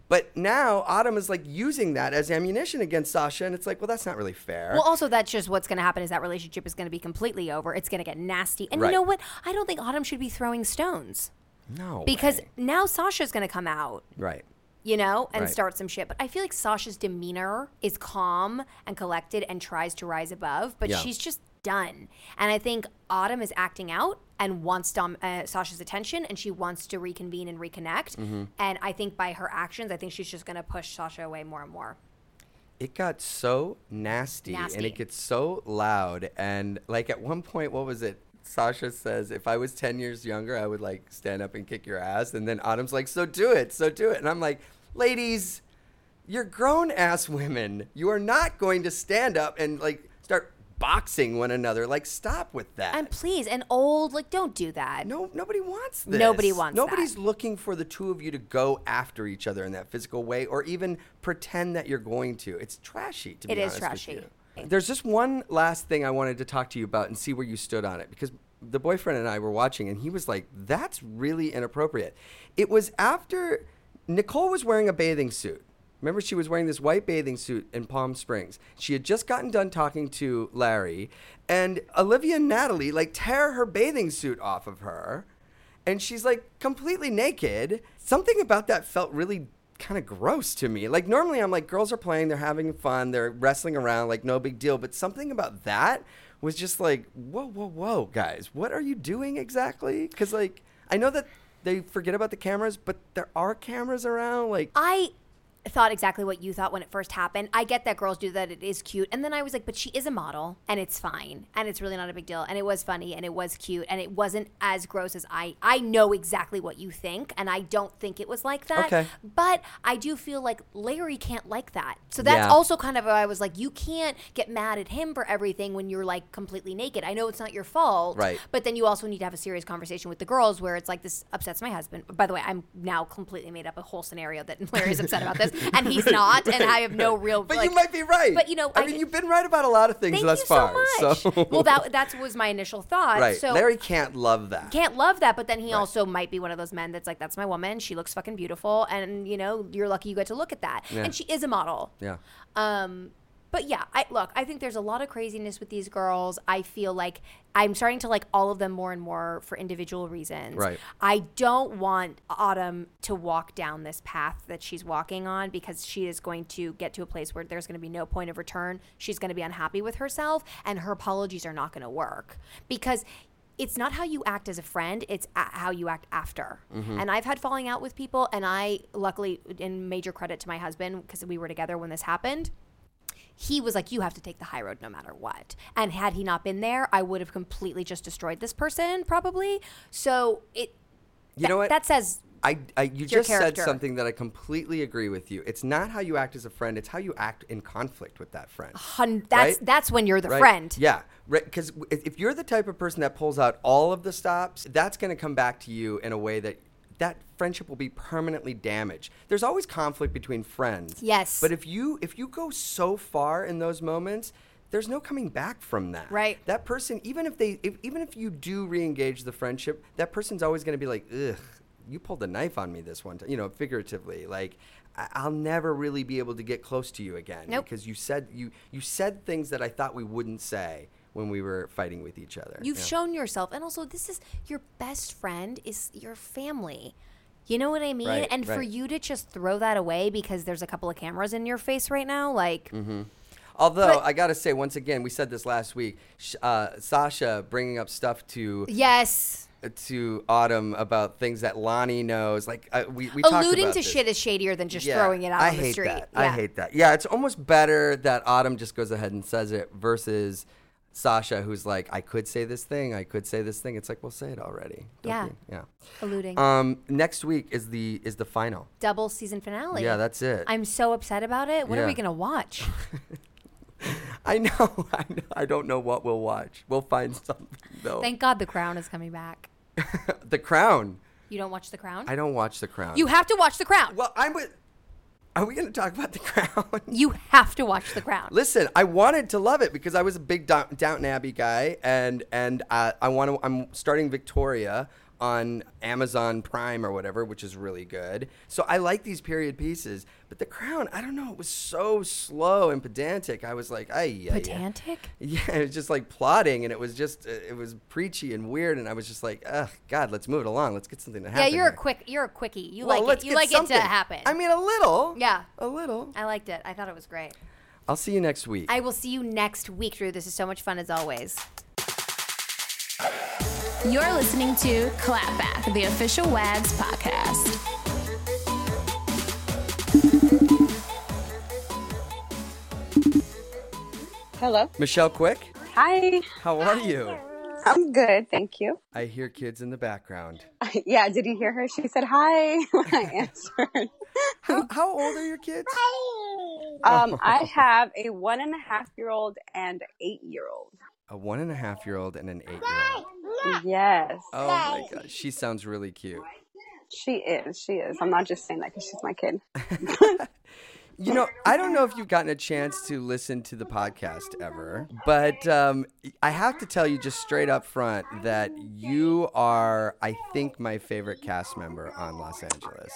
Speaker 8: But now Autumn is like using that as ammunition against Sasha. And it's like, well, that's not really fair.
Speaker 7: Well, also that's just what's going to happen is that relationship is going to be completely over. It's going to get nasty, and
Speaker 8: Right.
Speaker 7: you know what? I don't think Autumn should be throwing stones
Speaker 8: no.
Speaker 7: because
Speaker 8: way.
Speaker 7: now Sasha's going to come out,
Speaker 8: Right.
Speaker 7: you know, and
Speaker 8: Right.
Speaker 7: start some shit. But I feel like Sasha's demeanor is calm and collected and tries to rise above, but
Speaker 8: Yeah.
Speaker 7: she's just done. And I think Autumn is acting out and wants Dom, uh, Sasha's attention, and she wants to reconvene and reconnect.
Speaker 8: Mm-hmm.
Speaker 7: And I think by her actions, I think she's just going to push Sasha away more and more.
Speaker 8: It got so nasty, and
Speaker 7: Nasty.
Speaker 8: it gets so loud. And like at one point, what was it? Sasha says, if I was 10 years younger, I would like stand up and kick your ass. And then Autumn's like, so do it, so do it. And I'm like, ladies, you're grown ass women. You are not going to stand up and like start boxing one another. Like, stop with that.
Speaker 7: And please, and old, like, don't do that.
Speaker 8: No, nobody wants this.
Speaker 7: Nobody wants that.
Speaker 8: Nobody's looking for the two of you to go after each other in that physical way, or even pretend that you're going to. It's trashy. To
Speaker 7: It
Speaker 8: be
Speaker 7: is
Speaker 8: honest
Speaker 7: trashy.
Speaker 8: With you. There's just one last thing I wanted to talk to you about and see where you stood on it because the boyfriend and I were watching, and he was like, "That's really inappropriate." It was after Nicole was wearing a bathing suit. Remember, she was wearing this white bathing suit in Palm Springs. She had just gotten done talking to Larry, and Olivia and Natalie like tear her bathing suit off of her and she's like completely naked. Something about that felt really kind of gross to me. Like normally I'm like girls are playing, they're having fun, they're wrestling around, like no big deal, but something about that was just like whoa whoa whoa guys, what are you doing exactly? Cuz like I know that they forget about the cameras, but there are cameras around like
Speaker 7: I thought exactly what you thought when it first happened. I get that girls do that. It is cute. And then I was like, but she is a model and it's fine. And it's really not a big deal. And it was funny and it was cute and it wasn't as gross as I I know exactly what you think and I don't think it was like that.
Speaker 8: Okay.
Speaker 7: But I do feel like Larry can't like that. So that's
Speaker 8: Yeah.
Speaker 7: also kind of why I was like you can't get mad at him for everything when you're like completely naked. I know it's not your fault.
Speaker 8: Right.
Speaker 7: But then you also need to have a serious conversation with the girls where it's like this upsets my husband. By the way, I'm now completely made up a whole scenario that *laughs* Larry is upset about this and
Speaker 8: *laughs*
Speaker 7: he's not and I have no real
Speaker 8: but
Speaker 7: like-
Speaker 8: you might be right.
Speaker 7: But you know,
Speaker 8: I,
Speaker 7: I
Speaker 8: mean,
Speaker 7: g-
Speaker 8: you've been right about a lot of *laughs* things
Speaker 7: Thank
Speaker 8: thus
Speaker 7: you
Speaker 8: far.
Speaker 7: so much.
Speaker 8: *laughs*
Speaker 7: well, that that was my initial thought.
Speaker 8: right.
Speaker 7: So
Speaker 8: Larry can't love that.
Speaker 7: can't love that, but then he also might be one of those men that's like, "That's my woman. She looks fucking beautiful, and you know, you're lucky you get to look at that."
Speaker 8: Yeah.
Speaker 7: And she is a model.
Speaker 8: yeah.
Speaker 7: Um, but yeah, I look, I think there's a lot of craziness with these girls. I feel like I'm starting to like all of them more and more for individual reasons.
Speaker 8: Right.
Speaker 7: I don't want Autumn to walk down this path that she's walking on because she is going to get to a place where there's going to be no point of return. She's going to be unhappy with herself and her apologies are not going to work because it's not how you act as a friend, it's a- how you act after. And I've had falling out with people and I luckily in major credit to my husband because we were together when this happened he was like, You have to take the high road no matter what. And had he not been there, I would have completely just destroyed this person, probably. So it
Speaker 8: You know what?
Speaker 7: that says
Speaker 8: I, I you
Speaker 7: your
Speaker 8: just
Speaker 7: character.
Speaker 8: said something that I completely agree with you. It's not how you act as a friend; it's how you act in conflict with that friend.
Speaker 7: hun- that's
Speaker 8: Right?
Speaker 7: that's when you're the
Speaker 8: Right?
Speaker 7: friend.
Speaker 8: Yeah, because if you're the type of person that pulls out all of the stops, that's going to come back to you in a way that that friendship will be permanently damaged. There's always conflict between friends.
Speaker 7: Yes.
Speaker 8: but if you if you go so far in those moments. There's no coming back from that.
Speaker 7: Right.
Speaker 8: That person, even if they, if, even if you do re-engage the friendship, that person's always going to be like, ugh, you pulled a knife on me this one time, you know, figuratively. Like, I- I'll never really be able to get close to you again
Speaker 7: Nope.
Speaker 8: because you said you you said things that I thought we wouldn't say when we were fighting with each other.
Speaker 7: You've
Speaker 8: Yeah.
Speaker 7: shown yourself. And also this is your best friend is your family. You know what I mean?
Speaker 8: Right,
Speaker 7: and for
Speaker 8: right.
Speaker 7: you to just throw that away because there's a couple of cameras in your face right now, like
Speaker 8: Mm-hmm. Although I gotta say, once again, we said this last week. Sh- uh, Sasha bringing up stuff to
Speaker 7: yes.
Speaker 8: to Autumn about things that Lonnie knows. Like uh, we we talked
Speaker 7: Alluding
Speaker 8: about
Speaker 7: to
Speaker 8: this.
Speaker 7: shit is shadier than just
Speaker 8: Yeah,
Speaker 7: throwing it out
Speaker 8: I
Speaker 7: on the
Speaker 8: hate
Speaker 7: street.
Speaker 8: That. I hate that. Yeah, it's almost better that Autumn just goes ahead and says it versus Sasha, who's like, I could say this thing, I could say this thing. It's like, well, say it already. don't
Speaker 7: Yeah.
Speaker 8: you? yeah.
Speaker 7: Alluding.
Speaker 8: Um, next week is the is the final.
Speaker 7: Double season finale.
Speaker 8: Yeah, that's it.
Speaker 7: I'm so upset about it. What are
Speaker 8: Yeah.
Speaker 7: we gonna watch?
Speaker 8: *laughs* I know. *laughs* I know. I don't know what we'll watch. We'll find something though.
Speaker 7: Thank God the Crown is coming back.
Speaker 8: the Crown.
Speaker 7: You don't watch the Crown?
Speaker 8: I don't watch The Crown.
Speaker 7: you have to watch the Crown.
Speaker 8: well, I'm with. Are we going to talk about The Crown?
Speaker 7: you have to watch the Crown.
Speaker 8: Listen, I wanted to love it because I was a big Down- Downton Abbey guy, and and uh, I want to. I'm starting Victoria on Amazon Prime or whatever, which is really good. So I like these period pieces, but The Crown, I don't know, it was so slow and pedantic. I was like, ay, yeah,
Speaker 7: Pedantic?
Speaker 8: Yeah, *laughs* it was just like plotting, and it was just uh, it was preachy and weird, and I was just like, ugh, God, let's move it along. Let's get something to
Speaker 7: Yeah,
Speaker 8: happen.
Speaker 7: you're a
Speaker 8: here."
Speaker 7: quick you're a quickie. You
Speaker 8: Well,
Speaker 7: like
Speaker 8: let's
Speaker 7: it. You
Speaker 8: get
Speaker 7: like it
Speaker 8: something.
Speaker 7: to happen.
Speaker 8: I mean, a little.
Speaker 7: Yeah.
Speaker 8: a little.
Speaker 7: I liked it. I thought it was great.
Speaker 8: I'll see you next week.
Speaker 7: I will see you next week, Drew. This is so much fun as always.
Speaker 6: You're listening to Clapback, the official WAGS podcast.
Speaker 1: Hello.
Speaker 8: Michelle Quick,
Speaker 1: Hi.
Speaker 8: how are you?
Speaker 1: I'm good. Thank you. *laughs*
Speaker 8: I hear kids in the background.
Speaker 1: Yeah, did you hear *laughs*
Speaker 3: *laughs*
Speaker 1: her? She said hi when I answered.
Speaker 8: How, how old are your kids?
Speaker 1: Um, I have a one and a half year old and eight year old.
Speaker 8: A one and a half year old and an eight year old.
Speaker 1: Yes,
Speaker 3: Ah.
Speaker 8: Oh my god, she sounds really cute.
Speaker 1: she is. She is. I'm not just saying that because she's my kid.
Speaker 8: You know, I don't know if you've gotten a chance to listen to the podcast ever, but um, I have to tell you just straight up front that you are, I think, my favorite cast member on Los Angeles.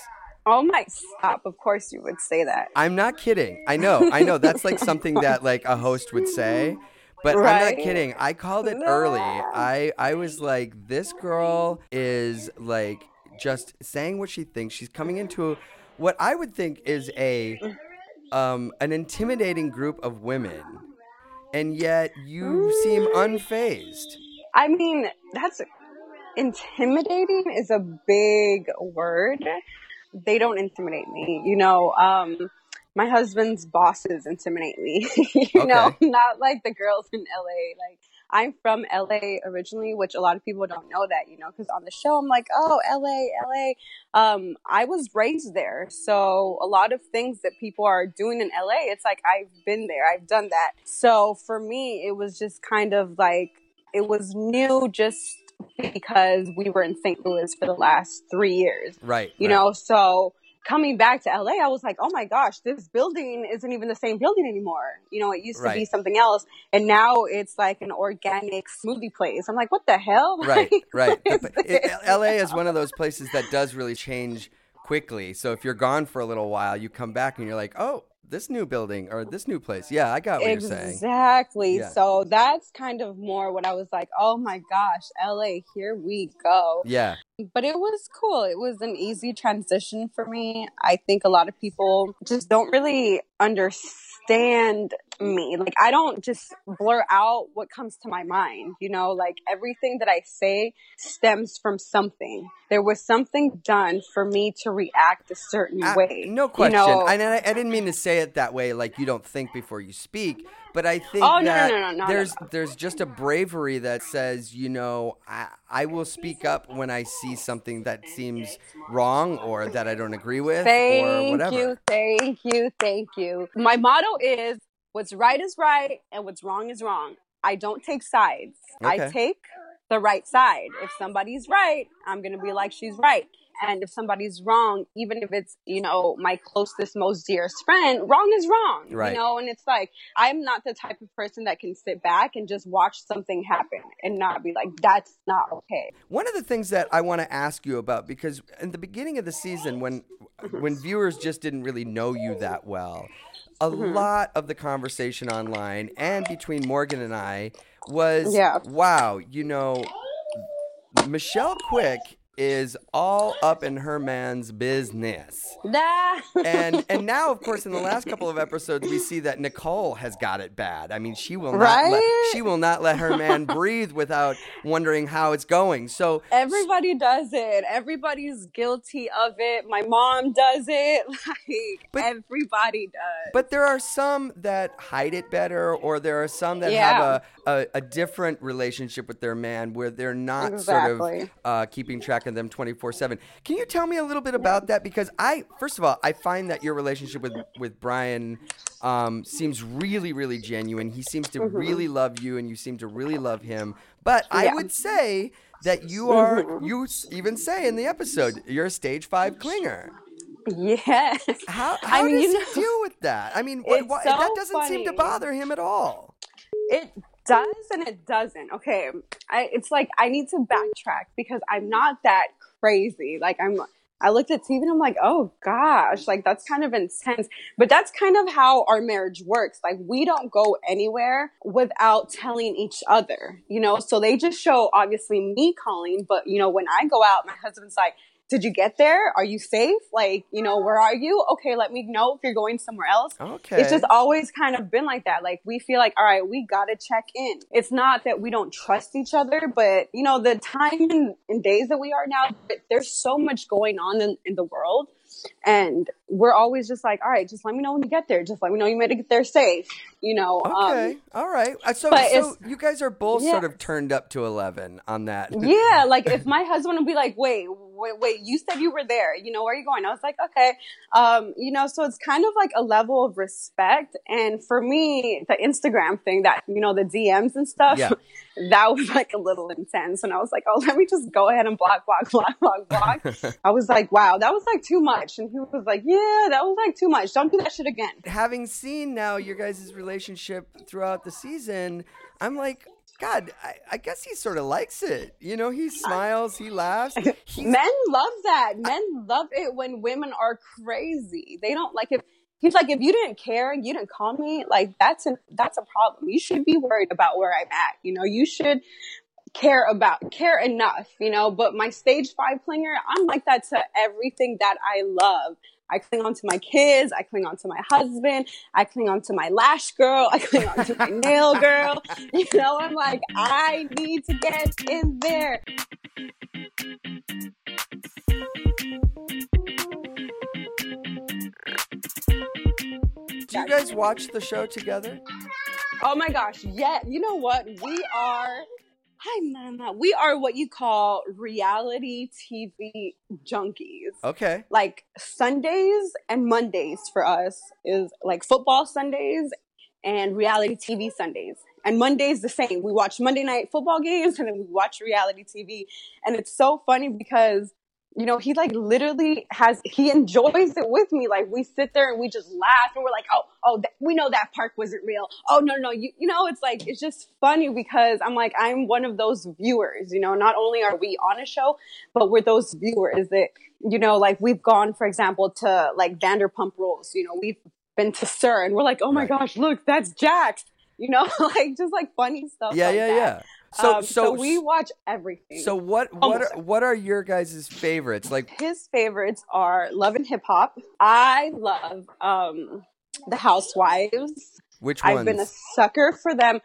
Speaker 1: Oh my stop! Of course you would say that.
Speaker 8: I'm not kidding. I know, I know. That's like something that like a host would say, but I'm
Speaker 1: Right.
Speaker 8: not kidding. I called it early. I I was like, this girl is like just saying what she thinks. She's coming into what I would think is a um an intimidating group of women, and yet you seem unfazed.
Speaker 1: I mean, that's intimidating is a big word. They don't intimidate me. You know, um, my husband's bosses intimidate me. *laughs* you know,
Speaker 8: Okay.
Speaker 1: not like the girls in LA. Like, I'm from LA originally, which a lot of people don't know that, you know, because on the show I'm like, oh, LA, LA. Um, I was raised there. So a lot of things that people are doing in LA, it's like, I've been there, I've done that. So for me, it was just kind of like, it was new just because we were in St. Louis for the last three years.
Speaker 8: Right.
Speaker 1: You
Speaker 8: right.
Speaker 1: know, so coming back to LA, I was like, oh my gosh, this building isn't even the same building anymore. You know, it used to be
Speaker 8: Right.
Speaker 1: something else. And now it's like an organic smoothie place. I'm like, what the hell? *laughs*
Speaker 8: right
Speaker 1: Like,
Speaker 8: right
Speaker 1: what
Speaker 8: But
Speaker 1: is
Speaker 8: it-
Speaker 1: this?
Speaker 8: la is one of those places that does really change quickly so if you're gone for a little while you come back and you're like oh this new building or this new place yeah i got what you're saying
Speaker 1: Exactly.
Speaker 8: Yeah.
Speaker 1: So that's kind of more what I was like, oh my gosh, LA, here we go.
Speaker 8: yeah
Speaker 1: but it was cool. It was an easy transition for me. I think a lot of people just don't really understand me. Like, I don't just blur out what comes to my mind. You know, like everything that I say stems from something. There was something done for me to react a certain
Speaker 8: Uh,
Speaker 1: way.
Speaker 8: no
Speaker 1: you
Speaker 8: question
Speaker 1: know?
Speaker 8: and I, I didn't mean to say it that way like you don't think before you speak but i think
Speaker 1: Oh, no, no,
Speaker 8: that
Speaker 1: no, no, no, no,
Speaker 8: there's there's just a bravery that says you know i i will speak up when i see something that seems wrong or that i don't agree with or
Speaker 1: Thank
Speaker 8: whatever
Speaker 1: you, thank you, thank you. My motto is what's right is right and what's wrong is wrong. I don't take sides. I
Speaker 8: Okay.
Speaker 1: take the right side. If somebody's right, I'm going to be like she's right. And if somebody's wrong, even if it's, you know, my closest most dearest friend, wrong is wrong,
Speaker 8: Right.
Speaker 1: you know, and it's like I'm not the type of person that can sit back and just watch something happen and not be like that's not okay.
Speaker 8: One of the things that I want to ask you about because in the beginning of the season when
Speaker 1: Mm-hmm.
Speaker 8: when viewers just didn't really know you that well, a
Speaker 1: Mm-hmm.
Speaker 8: lot of the conversation online and between Morgan and I was
Speaker 1: Yeah.
Speaker 8: wow, you know Michelle Quick is all up in her man's business.
Speaker 1: Nah. *laughs*
Speaker 8: And and now of course in the last couple of episodes we see that Nicole has got it bad. I mean she will not
Speaker 1: Right?
Speaker 8: let, she will not let her man breathe without wondering how it's going. So
Speaker 1: Everybody does it. Everybody's guilty of it. My mom does it. *laughs* Like
Speaker 8: But-
Speaker 1: everybody does.
Speaker 8: But there are some that hide it better, or there are some that
Speaker 1: Yeah.
Speaker 8: have a, a, a different relationship with their man where they're not sort of
Speaker 1: Exactly.
Speaker 8: uh, keeping track of them 24 7. Can you tell me a little bit about that? Because I, first of all, I find that your relationship with, with Brian um, seems really, really genuine. He seems to really love you, and you seem to really love him. But I
Speaker 1: Mm-hmm. Yeah. Mm-hmm.
Speaker 8: would say that you are, you s- even say in the episode, you're a stage five clinger.
Speaker 1: yes.
Speaker 8: How,
Speaker 1: I
Speaker 8: how
Speaker 1: mean,
Speaker 8: does
Speaker 1: you
Speaker 8: he deal with that? I mean, wh-
Speaker 1: It's
Speaker 8: why,
Speaker 1: so
Speaker 8: that doesn't seem to
Speaker 1: funny.
Speaker 8: bother him at all.
Speaker 1: It does and it doesn't. Okay. I, it's like I need to backtrack because I'm not that crazy. Like I'm I looked at TV and I'm like, oh gosh, like that's kind of intense. But that's kind of how our marriage works. Like we don't go anywhere without telling each other, you know? So they just show obviously me calling, but you know, when I go out, my husband's like, did you get there? Are you safe? Like, you know, where are you? Okay, let me know if you're going somewhere else.
Speaker 8: Okay.
Speaker 1: It's just always kind of been like that. Like we feel like, all right, we gotta check in. It's not that we don't trust each other, but you know, the time and, and days that we are now, but there's so much going on in, in the world. And we're always just like, all right, just let me know when you get there. Just let me know you made it there safe. You know.
Speaker 8: Okay.
Speaker 1: Um,
Speaker 8: All right. Uh, So,
Speaker 1: but
Speaker 8: so
Speaker 1: it's-
Speaker 8: you guys are both
Speaker 1: Yeah.
Speaker 8: sort of turned up to 11 on that. *laughs*
Speaker 1: yeah, like if my husband would be like, wait, wait, wait, you said you were there. You know, where are you going? I was like, okay. Um, you know, so it's kind of like a level of respect. And for me, the Instagram thing that, you know, the DMs and stuff,
Speaker 8: Yeah.
Speaker 1: *laughs* that was like a little intense. And I was like, oh, let me just go ahead and block, block, block, block,
Speaker 8: *laughs*
Speaker 1: block. I was like, wow, that was like too much. And he was like, yeah, that was like too much. Don't do that shit again.
Speaker 8: Having seen now your guys' relationship throughout the season, I'm like, God, I, I guess he sort of likes it. You know, he smiles, he
Speaker 1: *laughs*
Speaker 8: laughs. He's
Speaker 1: Men love that. Men love it when women are crazy. They don't like if he's like if you didn't care, you didn't call me. Like that's a that's a problem. You should be worried about where I'm at. You know, you should care about care enough. You know, but my stage five clinger, I'm like that to everything that I love. I cling on to my kids. I cling on to my husband. I cling on to my lash girl. I cling on to my nail girl. *laughs* You know, I'm like, I need to get in there.
Speaker 8: Do you guys watch the show together?
Speaker 1: Oh my gosh, yeah. You know what? We are Hi mama. We are what you call reality TV junkies.
Speaker 8: Okay.
Speaker 1: Like Sundays and Mondays for us is like football Sundays and reality TV Sundays. And Mondays the same. We watch Monday night football games and then we watch reality TV. And it's so funny because you know, he like literally has he enjoys it with me. Like we sit there and we just laugh and we're like, oh, oh, that, we know that park wasn't real. Oh no, no, you you know, it's like it's just funny because I'm like I'm one of those viewers. You know, not only are we on a show, but we're those viewers that you know, like we've gone, for example, to like Vanderpump Rules. You know, we've been to Sir and we're like, oh my gosh, look, that's Jax. You know, *laughs* like just like funny stuff.
Speaker 8: Yeah,
Speaker 1: like
Speaker 8: yeah,
Speaker 1: that.
Speaker 8: yeah. So,
Speaker 1: Um,
Speaker 8: so,
Speaker 1: so we watch Oh, everything.
Speaker 8: so what, what,
Speaker 1: Almost.
Speaker 8: are, what are your guys' favorites? Like,
Speaker 1: his favorites are Love and Hip Hop. I love um, The Housewives.
Speaker 8: which
Speaker 1: I've
Speaker 8: ones?
Speaker 1: been a sucker for them.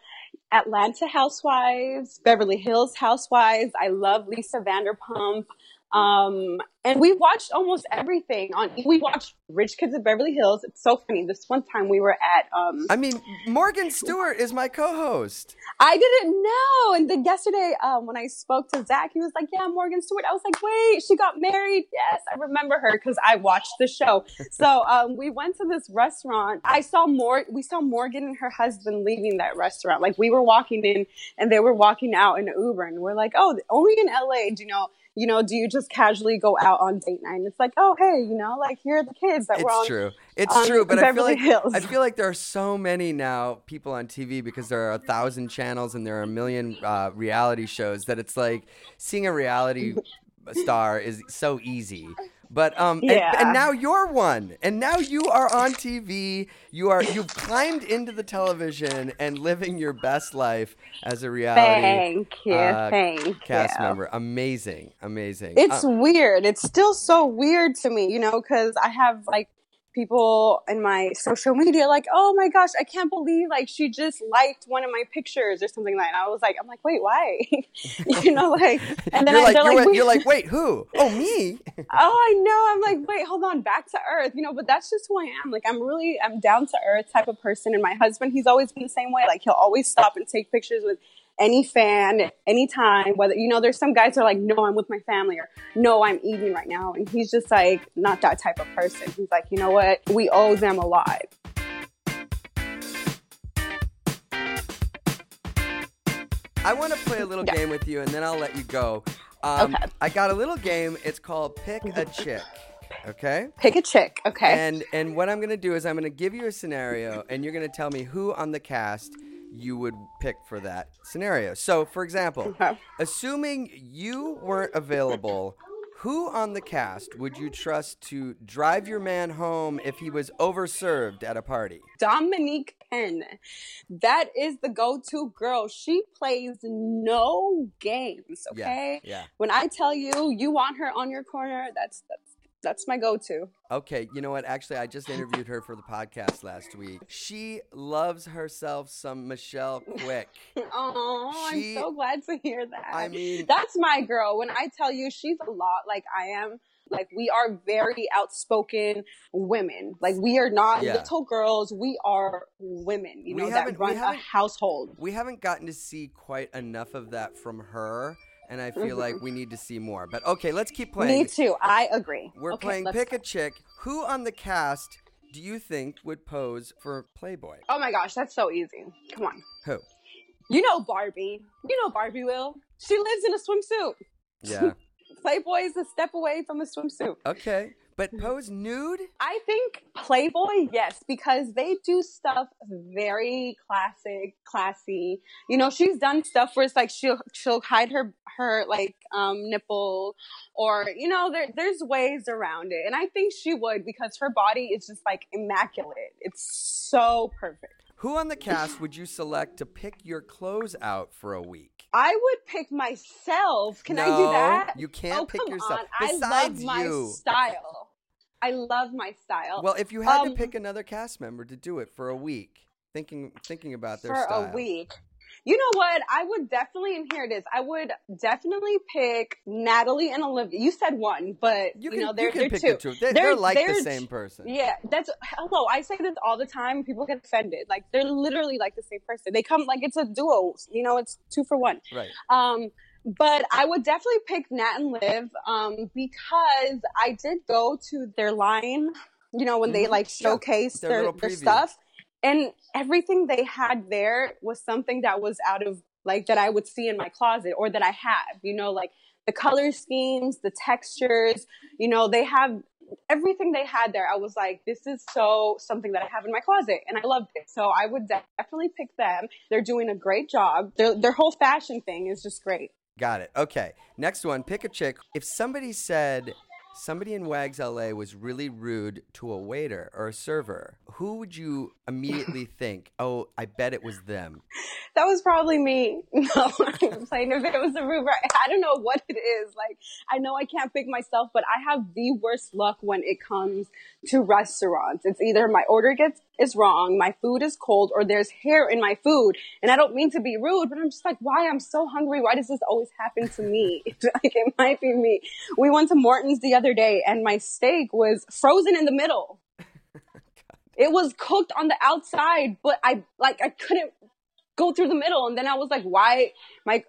Speaker 1: Atlanta Housewives, Beverly Hills Housewives. I love Lisa Vanderpump. Um, and we watched almost everything on. We watched Rich Kids of Beverly Hills. It's so funny. This one time we were at. Um,
Speaker 8: I mean, Morgan Stewart is my co-host.
Speaker 1: I didn't know. And then yesterday, um, when I spoke to Zach, he was like, "Yeah, Morgan Stewart." I was like, "Wait, she got married?" Yes, I remember her because I watched the
Speaker 8: *laughs*
Speaker 1: show. So um, we went to this restaurant. I saw more. We saw Morgan and her husband leaving that restaurant. Like we were walking in, and they were walking out in an Uber, and we're like, "Oh, only in LA, do you know." You know, do you just casually go out on date night? And it's like, oh, hey, you know, like here are the kids that were on.
Speaker 8: It's true. It's
Speaker 1: on
Speaker 8: true, but I feel
Speaker 1: Beverly
Speaker 8: like
Speaker 1: Hills.
Speaker 8: I feel like there are so many now people on TV because there are a thousand channels and there are a million uh, reality shows that it's like seeing a reality
Speaker 1: *laughs*
Speaker 8: star is so easy. But um, and-
Speaker 1: Yeah.
Speaker 8: and, now you're one, and now you are on TV. You are you've climbed into the television and living your best life as a reality
Speaker 1: Thank you,
Speaker 8: uh,
Speaker 1: thank
Speaker 8: cast
Speaker 1: you.
Speaker 8: member. Amazing, amazing.
Speaker 1: It's
Speaker 8: Uh,
Speaker 1: weird. It's still so weird to me, you know, because I have like people in my social media like, oh my gosh, I can't believe like she just liked one of my pictures or something like that. And I was like, I'm like, wait, why? *laughs* you know, like, and then
Speaker 8: you're
Speaker 1: I,
Speaker 8: like,
Speaker 1: they're
Speaker 8: you're,
Speaker 1: like,
Speaker 8: like,
Speaker 1: "Wait."
Speaker 8: you're like, wait, who? Oh,
Speaker 1: *laughs*
Speaker 8: me.
Speaker 1: oh, I know. I'm like, wait, hold on, back to earth, you know. But that's just who I am. Like, I'm really, I'm down to earth type of person. And my husband, he's always been the same way. Like, he'll always stop and take pictures with any fan, at any time. Whether you know, there's some guys that are like, no, I'm with my family, or no, I'm eating right now. And he's just like, not that type of person. He's like, you know what? We owe them a lot.
Speaker 8: I want to play a little game with you, and then I'll let you go. Um, I got a little game. It's called Pick a Chick. Okay.
Speaker 1: Pick a chick, okay?
Speaker 8: And and what I'm gonna do is I'm gonna give you a scenario, and you're gonna tell me who on the cast you would pick for that scenario. So, for example,
Speaker 1: Okay.
Speaker 8: assuming you weren't available. Who on the cast would you trust to drive your man home if he was overserved at a party?
Speaker 1: Dominique Penn. That is the go to girl. She plays no games,
Speaker 8: Yeah,
Speaker 1: okay?
Speaker 8: yeah.
Speaker 1: When I tell you you want her on your corner, that's that's that's my go *laughs* to.
Speaker 8: Okay, you know what? Actually, I just interviewed her for the podcast last week. She loves herself some Michelle Quick.
Speaker 1: Oh,
Speaker 8: She-
Speaker 1: I'm so glad to hear that.
Speaker 8: I mean-
Speaker 1: that's my girl. When I tell you she's a lot like I am, Like we are very outspoken women. Like we are not
Speaker 8: Yeah.
Speaker 1: little girls. We are women. You
Speaker 8: We
Speaker 1: know
Speaker 8: haven't-
Speaker 1: that
Speaker 8: we
Speaker 1: run a
Speaker 8: haven't-
Speaker 1: household.
Speaker 8: We haven't gotten to see quite enough of that from her, and I feel like we need to see more. But okay, let's keep playing.
Speaker 1: Me too. I agree.
Speaker 8: We're
Speaker 1: Okay,
Speaker 8: playing
Speaker 1: let's
Speaker 8: Pick
Speaker 1: go.
Speaker 8: a Chick. Who on the cast do you think would pose for Playboy?
Speaker 1: Oh my gosh, that's so easy. Come on.
Speaker 8: Who?
Speaker 1: You know Barbie. You know Barbie will. She lives in a swimsuit. *laughs*
Speaker 8: Yeah.
Speaker 1: Playboy is a step away from a swimsuit.
Speaker 8: Okay. But pose nude?
Speaker 1: I think Playboy, yes, because they do stuff very classic, classy. You know, she's done stuff where it's like she'll she'll hide her her like um nipple or you know, there there's ways around it. And I think she would because her body is just like immaculate. It's so perfect.
Speaker 8: Who on the cast would you select to pick your clothes out for a week?
Speaker 1: I would pick myself. Can I do
Speaker 8: No,
Speaker 1: that?
Speaker 8: you can't
Speaker 1: Oh,
Speaker 8: pick
Speaker 1: come
Speaker 8: yourself.
Speaker 1: on.
Speaker 8: Besides
Speaker 1: I love
Speaker 8: you.
Speaker 1: my style. I love my style.
Speaker 8: Well, if you had to
Speaker 1: Um,
Speaker 8: pick another cast member to do it for a week, thinking thinking about their
Speaker 1: for
Speaker 8: style.
Speaker 1: a week. You know what? I would definitely, and here it is. I would definitely pick Natalie and Olivia. You said one, but
Speaker 8: You
Speaker 1: you,
Speaker 8: can-
Speaker 1: know they're
Speaker 8: you can
Speaker 1: they're
Speaker 8: pick
Speaker 1: two.
Speaker 8: the two. They- they're like the same person.
Speaker 1: Yeah, that's hello. I say this all the time. People get offended. Like they're literally like the same person. They come like it's a duo. You know, it's two for one.
Speaker 8: Right.
Speaker 1: Um, but I would definitely pick Nat and Liv um, because I did go to their line, you know, when they like
Speaker 8: Yeah,
Speaker 1: showcased
Speaker 8: their
Speaker 1: their,
Speaker 8: little
Speaker 1: their
Speaker 8: preview.
Speaker 1: stuff. And everything they had there was something that was out of like that I would see in my closet or that I have, you know, like the color schemes, the textures, you know, they have everything they had there. I was like, this is so something that I have in my closet and I loved it. So I would definitely pick them. They're doing a great job. Their, their whole fashion thing is just great.
Speaker 8: Got it. Okay. Next one. Pick a chick. If somebody said somebody in Wags LA was really rude to a waiter or a server, who
Speaker 1: *laughs*
Speaker 8: would you immediately think, oh, I bet it was them?
Speaker 1: That was probably me. *laughs* No, I'm playing if it was a rumor. I don't know what it is. Like, I know I can't pick myself, but I have the worst luck when it comes to restaurants. It's either my order gets is wrong, my food is cold, or there's hair in my food. And I don't mean to be rude, but I'm just like, why? I'm so hungry. Why does this always happen to me? *laughs* like, it might be me. We went to Morton's the other day, and my steak was frozen in the middle. It was cooked on the outside, but I like I couldn't go through the middle and then i was like why my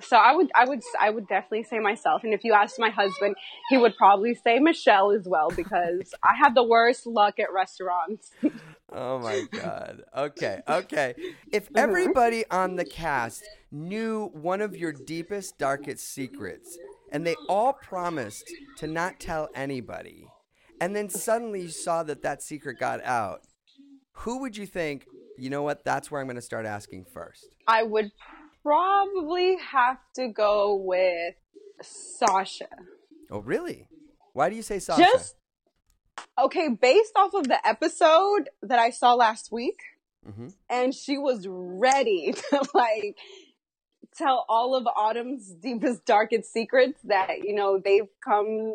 Speaker 1: so i would i would i would definitely say myself and if you asked my husband he would probably say michelle as well because i have the worst luck at restaurants
Speaker 8: Oh my God. Okay. Okay. If everybody on the cast knew one of your deepest, darkest secrets and they all promised to not tell anybody, and then suddenly you saw that that secret got out, who would you think, you know what, that's where I'm going to start asking first?
Speaker 1: i would probably have to go with sasha
Speaker 8: Oh, really? Why do you say Sasha?
Speaker 1: just okay based off of the episode that i saw last week and she was ready *laughs* to like tell all of autumn's deepest darkest secrets that you know they've come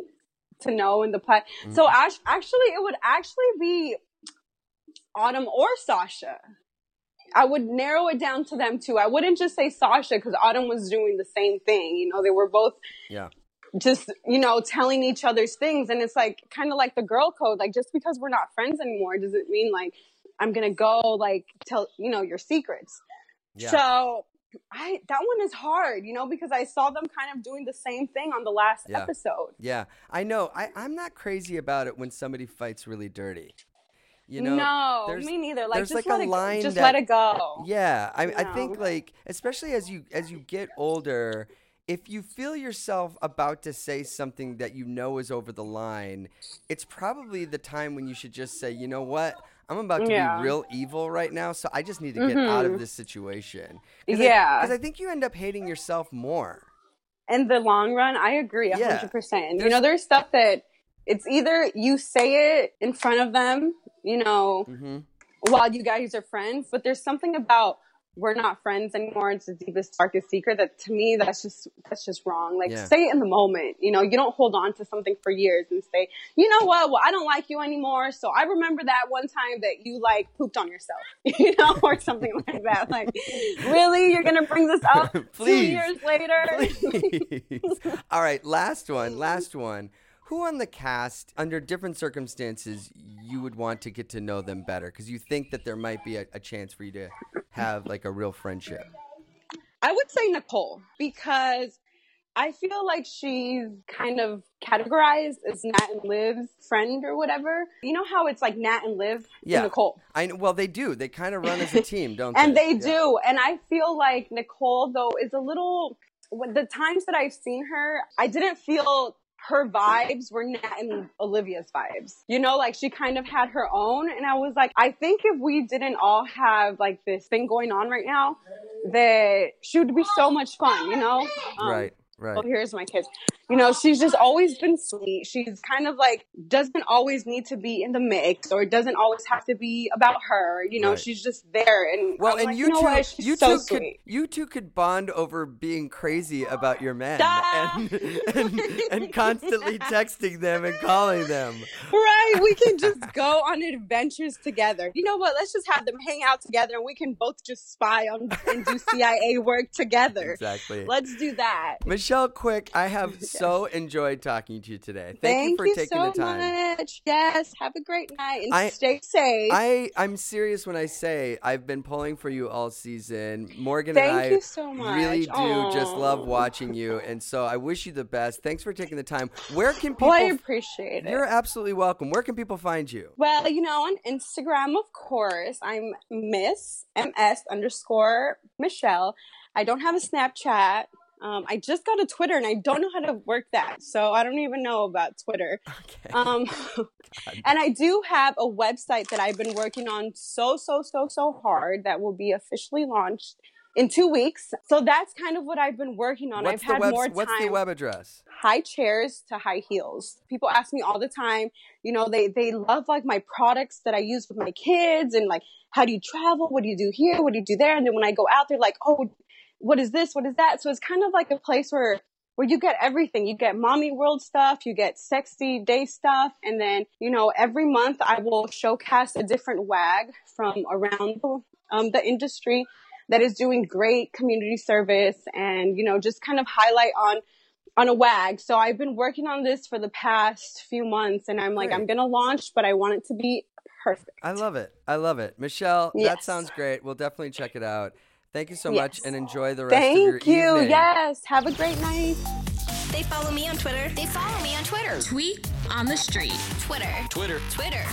Speaker 1: to know in the play so ash- actually it would actually be autumn or sasha I would narrow it down to them too. I wouldn't just say Sasha because Autumn was doing the same thing. You know, they were both
Speaker 8: yeah.
Speaker 1: just you know telling each other's things and it's like kind of like the girl code like just because we're not friends anymore doesn't mean like i'm gonna go like tell you know your secrets
Speaker 8: Yeah.
Speaker 1: so i that one is hard you know because i saw them kind of doing the same thing on the last
Speaker 8: Yeah.
Speaker 1: episode
Speaker 8: Yeah. I know. I, I'm not crazy about it when somebody fights really dirty. You know,
Speaker 1: no
Speaker 8: there's-
Speaker 1: me neither like
Speaker 8: there's
Speaker 1: just
Speaker 8: like
Speaker 1: let
Speaker 8: a
Speaker 1: it
Speaker 8: line
Speaker 1: just
Speaker 8: that-
Speaker 1: let it go
Speaker 8: Yeah, I, I
Speaker 1: No.
Speaker 8: think like especially as you as you get older, if you feel yourself about to say something that you know is over the line, it's probably the time when you should just say, you know what, I'm about to
Speaker 1: Yeah. Mm-hmm.
Speaker 8: be real evil right now, so I just need to get out of this situation.
Speaker 1: Yeah.
Speaker 8: because I think you end up hating yourself more.
Speaker 1: in the long run, I agree a
Speaker 8: Yeah.
Speaker 1: 100%. You know, there's stuff that it's either you say it in front of them, you know,
Speaker 8: Mm-hmm.
Speaker 1: while you guys are friends, but there's something about we're not friends anymore. It's the deepest, darkest secret that to me, that's just, that's just wrong. Like
Speaker 8: Yeah.
Speaker 1: say it in the moment, you know, you don't hold on to something for years and say, you know what? Well, I don't like you anymore. So I remember that one time that you like pooped on yourself, *laughs* you know, or something like that.
Speaker 8: *laughs*
Speaker 1: Like, really? You're going to bring this up two
Speaker 8: Please.
Speaker 1: years later?
Speaker 8: *laughs*
Speaker 1: Mm.
Speaker 8: Please. All right, last one, last one. who on the cast, under different circumstances, you would want to get to know them better? Because you think that there might be a, a chance for you to have like a real friendship.
Speaker 1: I would say Nicole because I feel like she's kind of categorized as Nat and Liv's friend or whatever. You know how it's like Nat and Liv
Speaker 8: Yeah,
Speaker 1: and Nicole.
Speaker 8: I know- well, they do. They kind of run
Speaker 1: *laughs*
Speaker 8: as a team, don't
Speaker 1: And
Speaker 8: they?
Speaker 1: they do. And I feel like Nicole though is a little when- the times that I've seen her, I didn't feel her vibes were Nat and Olivia's vibes. You know, like she kind of had her own and I was like, I think if we didn't all have like this thing going on right now, that she would be so much fun, you know? Um,
Speaker 8: Right, right.
Speaker 1: oh here's my kids you know she's just always been sweet she's kind of like doesn't always need to be in the mix or doesn't always have to be about her you know
Speaker 8: Right.
Speaker 1: she's just there and
Speaker 8: Well,
Speaker 1: I'm
Speaker 8: and
Speaker 1: like,
Speaker 8: you,
Speaker 1: you know
Speaker 8: two,
Speaker 1: what? She's
Speaker 8: you
Speaker 1: so
Speaker 8: two could,
Speaker 1: sweet
Speaker 8: you two could bond over being crazy about your men
Speaker 1: Ah!
Speaker 8: and, and
Speaker 1: *laughs*
Speaker 8: and constantly texting them and calling them.
Speaker 1: right we can just *laughs* go on adventures together you know what let's just have them hang out together and we can both just spy on and do *laughs* cia work together
Speaker 8: Exactly.
Speaker 1: let's do that
Speaker 8: Michelle Quick,
Speaker 1: *laughs*
Speaker 8: I have so enjoyed talking to you today.
Speaker 1: thank
Speaker 8: Thank, you for
Speaker 1: you,
Speaker 8: taking
Speaker 1: so
Speaker 8: the time.
Speaker 1: much yes have a great night and
Speaker 8: I-
Speaker 1: stay safe
Speaker 8: I, I'm serious when I say I've been pulling for you all season. Morgan
Speaker 1: Thank
Speaker 8: and I
Speaker 1: you so
Speaker 8: really do
Speaker 1: much.
Speaker 8: just
Speaker 1: Aw.
Speaker 8: love watching you. And so I wish you the best. Thanks for taking the time. Where can people
Speaker 1: well i appreciate it
Speaker 8: You're absolutely welcome. Where can people find you?
Speaker 1: Well, you know, on Instagram, of course, I'm Miss MS underscore Michelle. I don't have a Snapchat. Um, I just got a Twitter and I don't know how to work that. So I don't even know about Twitter.
Speaker 8: Okay. *laughs*
Speaker 1: Um, and I do have a website that I've been working on so, so, so, so hard that will be officially launched in two weeks. So that's kind of what I've been working on.
Speaker 8: what's
Speaker 1: I've
Speaker 8: the
Speaker 1: had
Speaker 8: webs-
Speaker 1: more time
Speaker 8: What's the web address?
Speaker 1: high chairs to high heels. People ask me all the time, you know, they they love like my products that I use with my kids and like how do you travel? What do you do here? What do you do there? And then when I go out, they're like, "Oh, what is this? What is that?" So it's kind of like a place where where you get everything. You get mommy world stuff, you get sexy day stuff, and then, you know, every month I will showcase a different wag from around the, um, the industry that is doing great community service and, you know, just kind of highlight on on a wag. So I've been working on this for the past few months and I'm like,
Speaker 8: Great.
Speaker 1: I'm going to launch, but I want it to be perfect.
Speaker 8: I love it. I love it. Michelle, that
Speaker 1: Yes.
Speaker 8: sounds great. We'll definitely check it out. Thank you so much
Speaker 1: Yes.
Speaker 8: and enjoy the rest of your
Speaker 1: Thank you.
Speaker 8: evening.
Speaker 1: Yes. Have a great night.
Speaker 6: They follow me on Twitter. They follow me on Twitter.
Speaker 3: Tweet on the street.
Speaker 6: Twitter. Twitter. Twitter.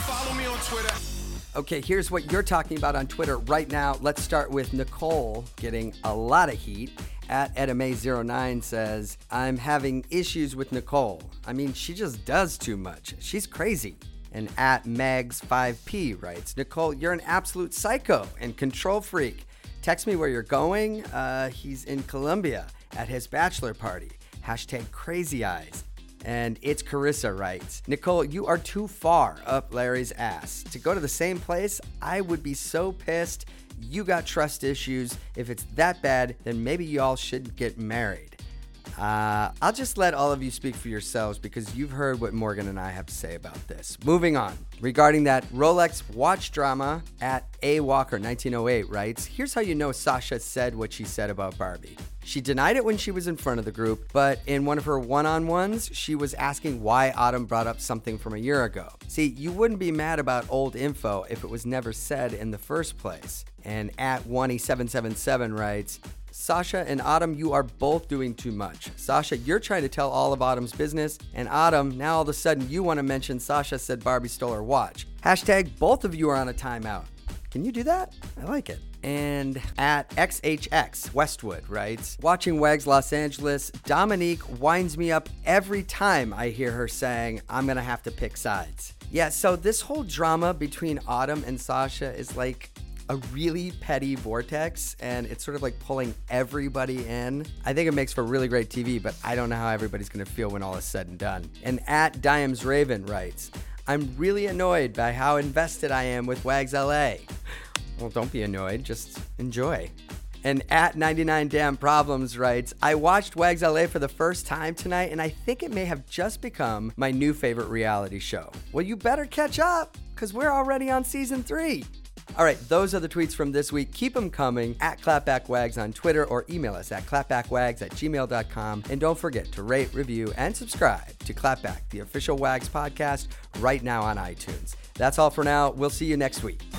Speaker 8: Okay, here's what you're talking about on Twitter right now. Let's start with Nicole getting a lot of heat. At Edamay09 says, I'm having issues with Nicole. I mean, she just does too much. She's crazy. And at Mags5P writes, Nicole, you're an absolute psycho and control freak. Text me where you're going. Uh, he's in Colombia at his bachelor party. Hashtag crazy eyes. And it's Carissa writes, Nicole, you are too far up Larry's ass. To go to the same place, I would be so pissed. You got trust issues. If it's that bad, then maybe y'all should get married. Uh, I'll just let all of you speak for yourselves because you've heard what Morgan and I have to say about this. Moving on. Regarding that Rolex watch drama at A Walker 1908 writes, here's how you know Sasha said what she said about Barbie. She denied it when she was in front of the group, but in one of her one on ones, she was asking why Autumn brought up something from a year ago. See, you wouldn't be mad about old info if it was never said in the first place. And at 1E777 writes, Sasha and Autumn, you are both doing too much. Sasha, you're trying to tell all of Autumn's business, and Autumn, now all of a sudden you want to mention Sasha said Barbie stole her watch. Hashtag both of you are on a timeout. Can you do that? I like it. And at XHX Westwood writes, watching Wags Los Angeles, Dominique winds me up every time I hear her saying, I'm gonna have to pick sides. Yeah, so this whole drama between Autumn and Sasha is like a really petty vortex and it's sort of like pulling everybody in. I think it makes for really great TV, but I don't know how everybody's gonna feel when all is said and done. And at Dimes Raven writes, I'm really annoyed by how invested I am with Wags LA. Well, don't be annoyed, just enjoy. And at 99 Damn Problems writes, I watched Wags LA for the first time tonight, and I think it may have just become my new favorite reality show. Well, you better catch up, because we're already on season three. All right, those are the tweets from this week. Keep them coming at clapbackwags on Twitter or email us at clapbackwags at gmail.com. And don't forget to rate, review, and subscribe to Clapback, the official Wags podcast, right now on iTunes. That's all for now. We'll see you next week.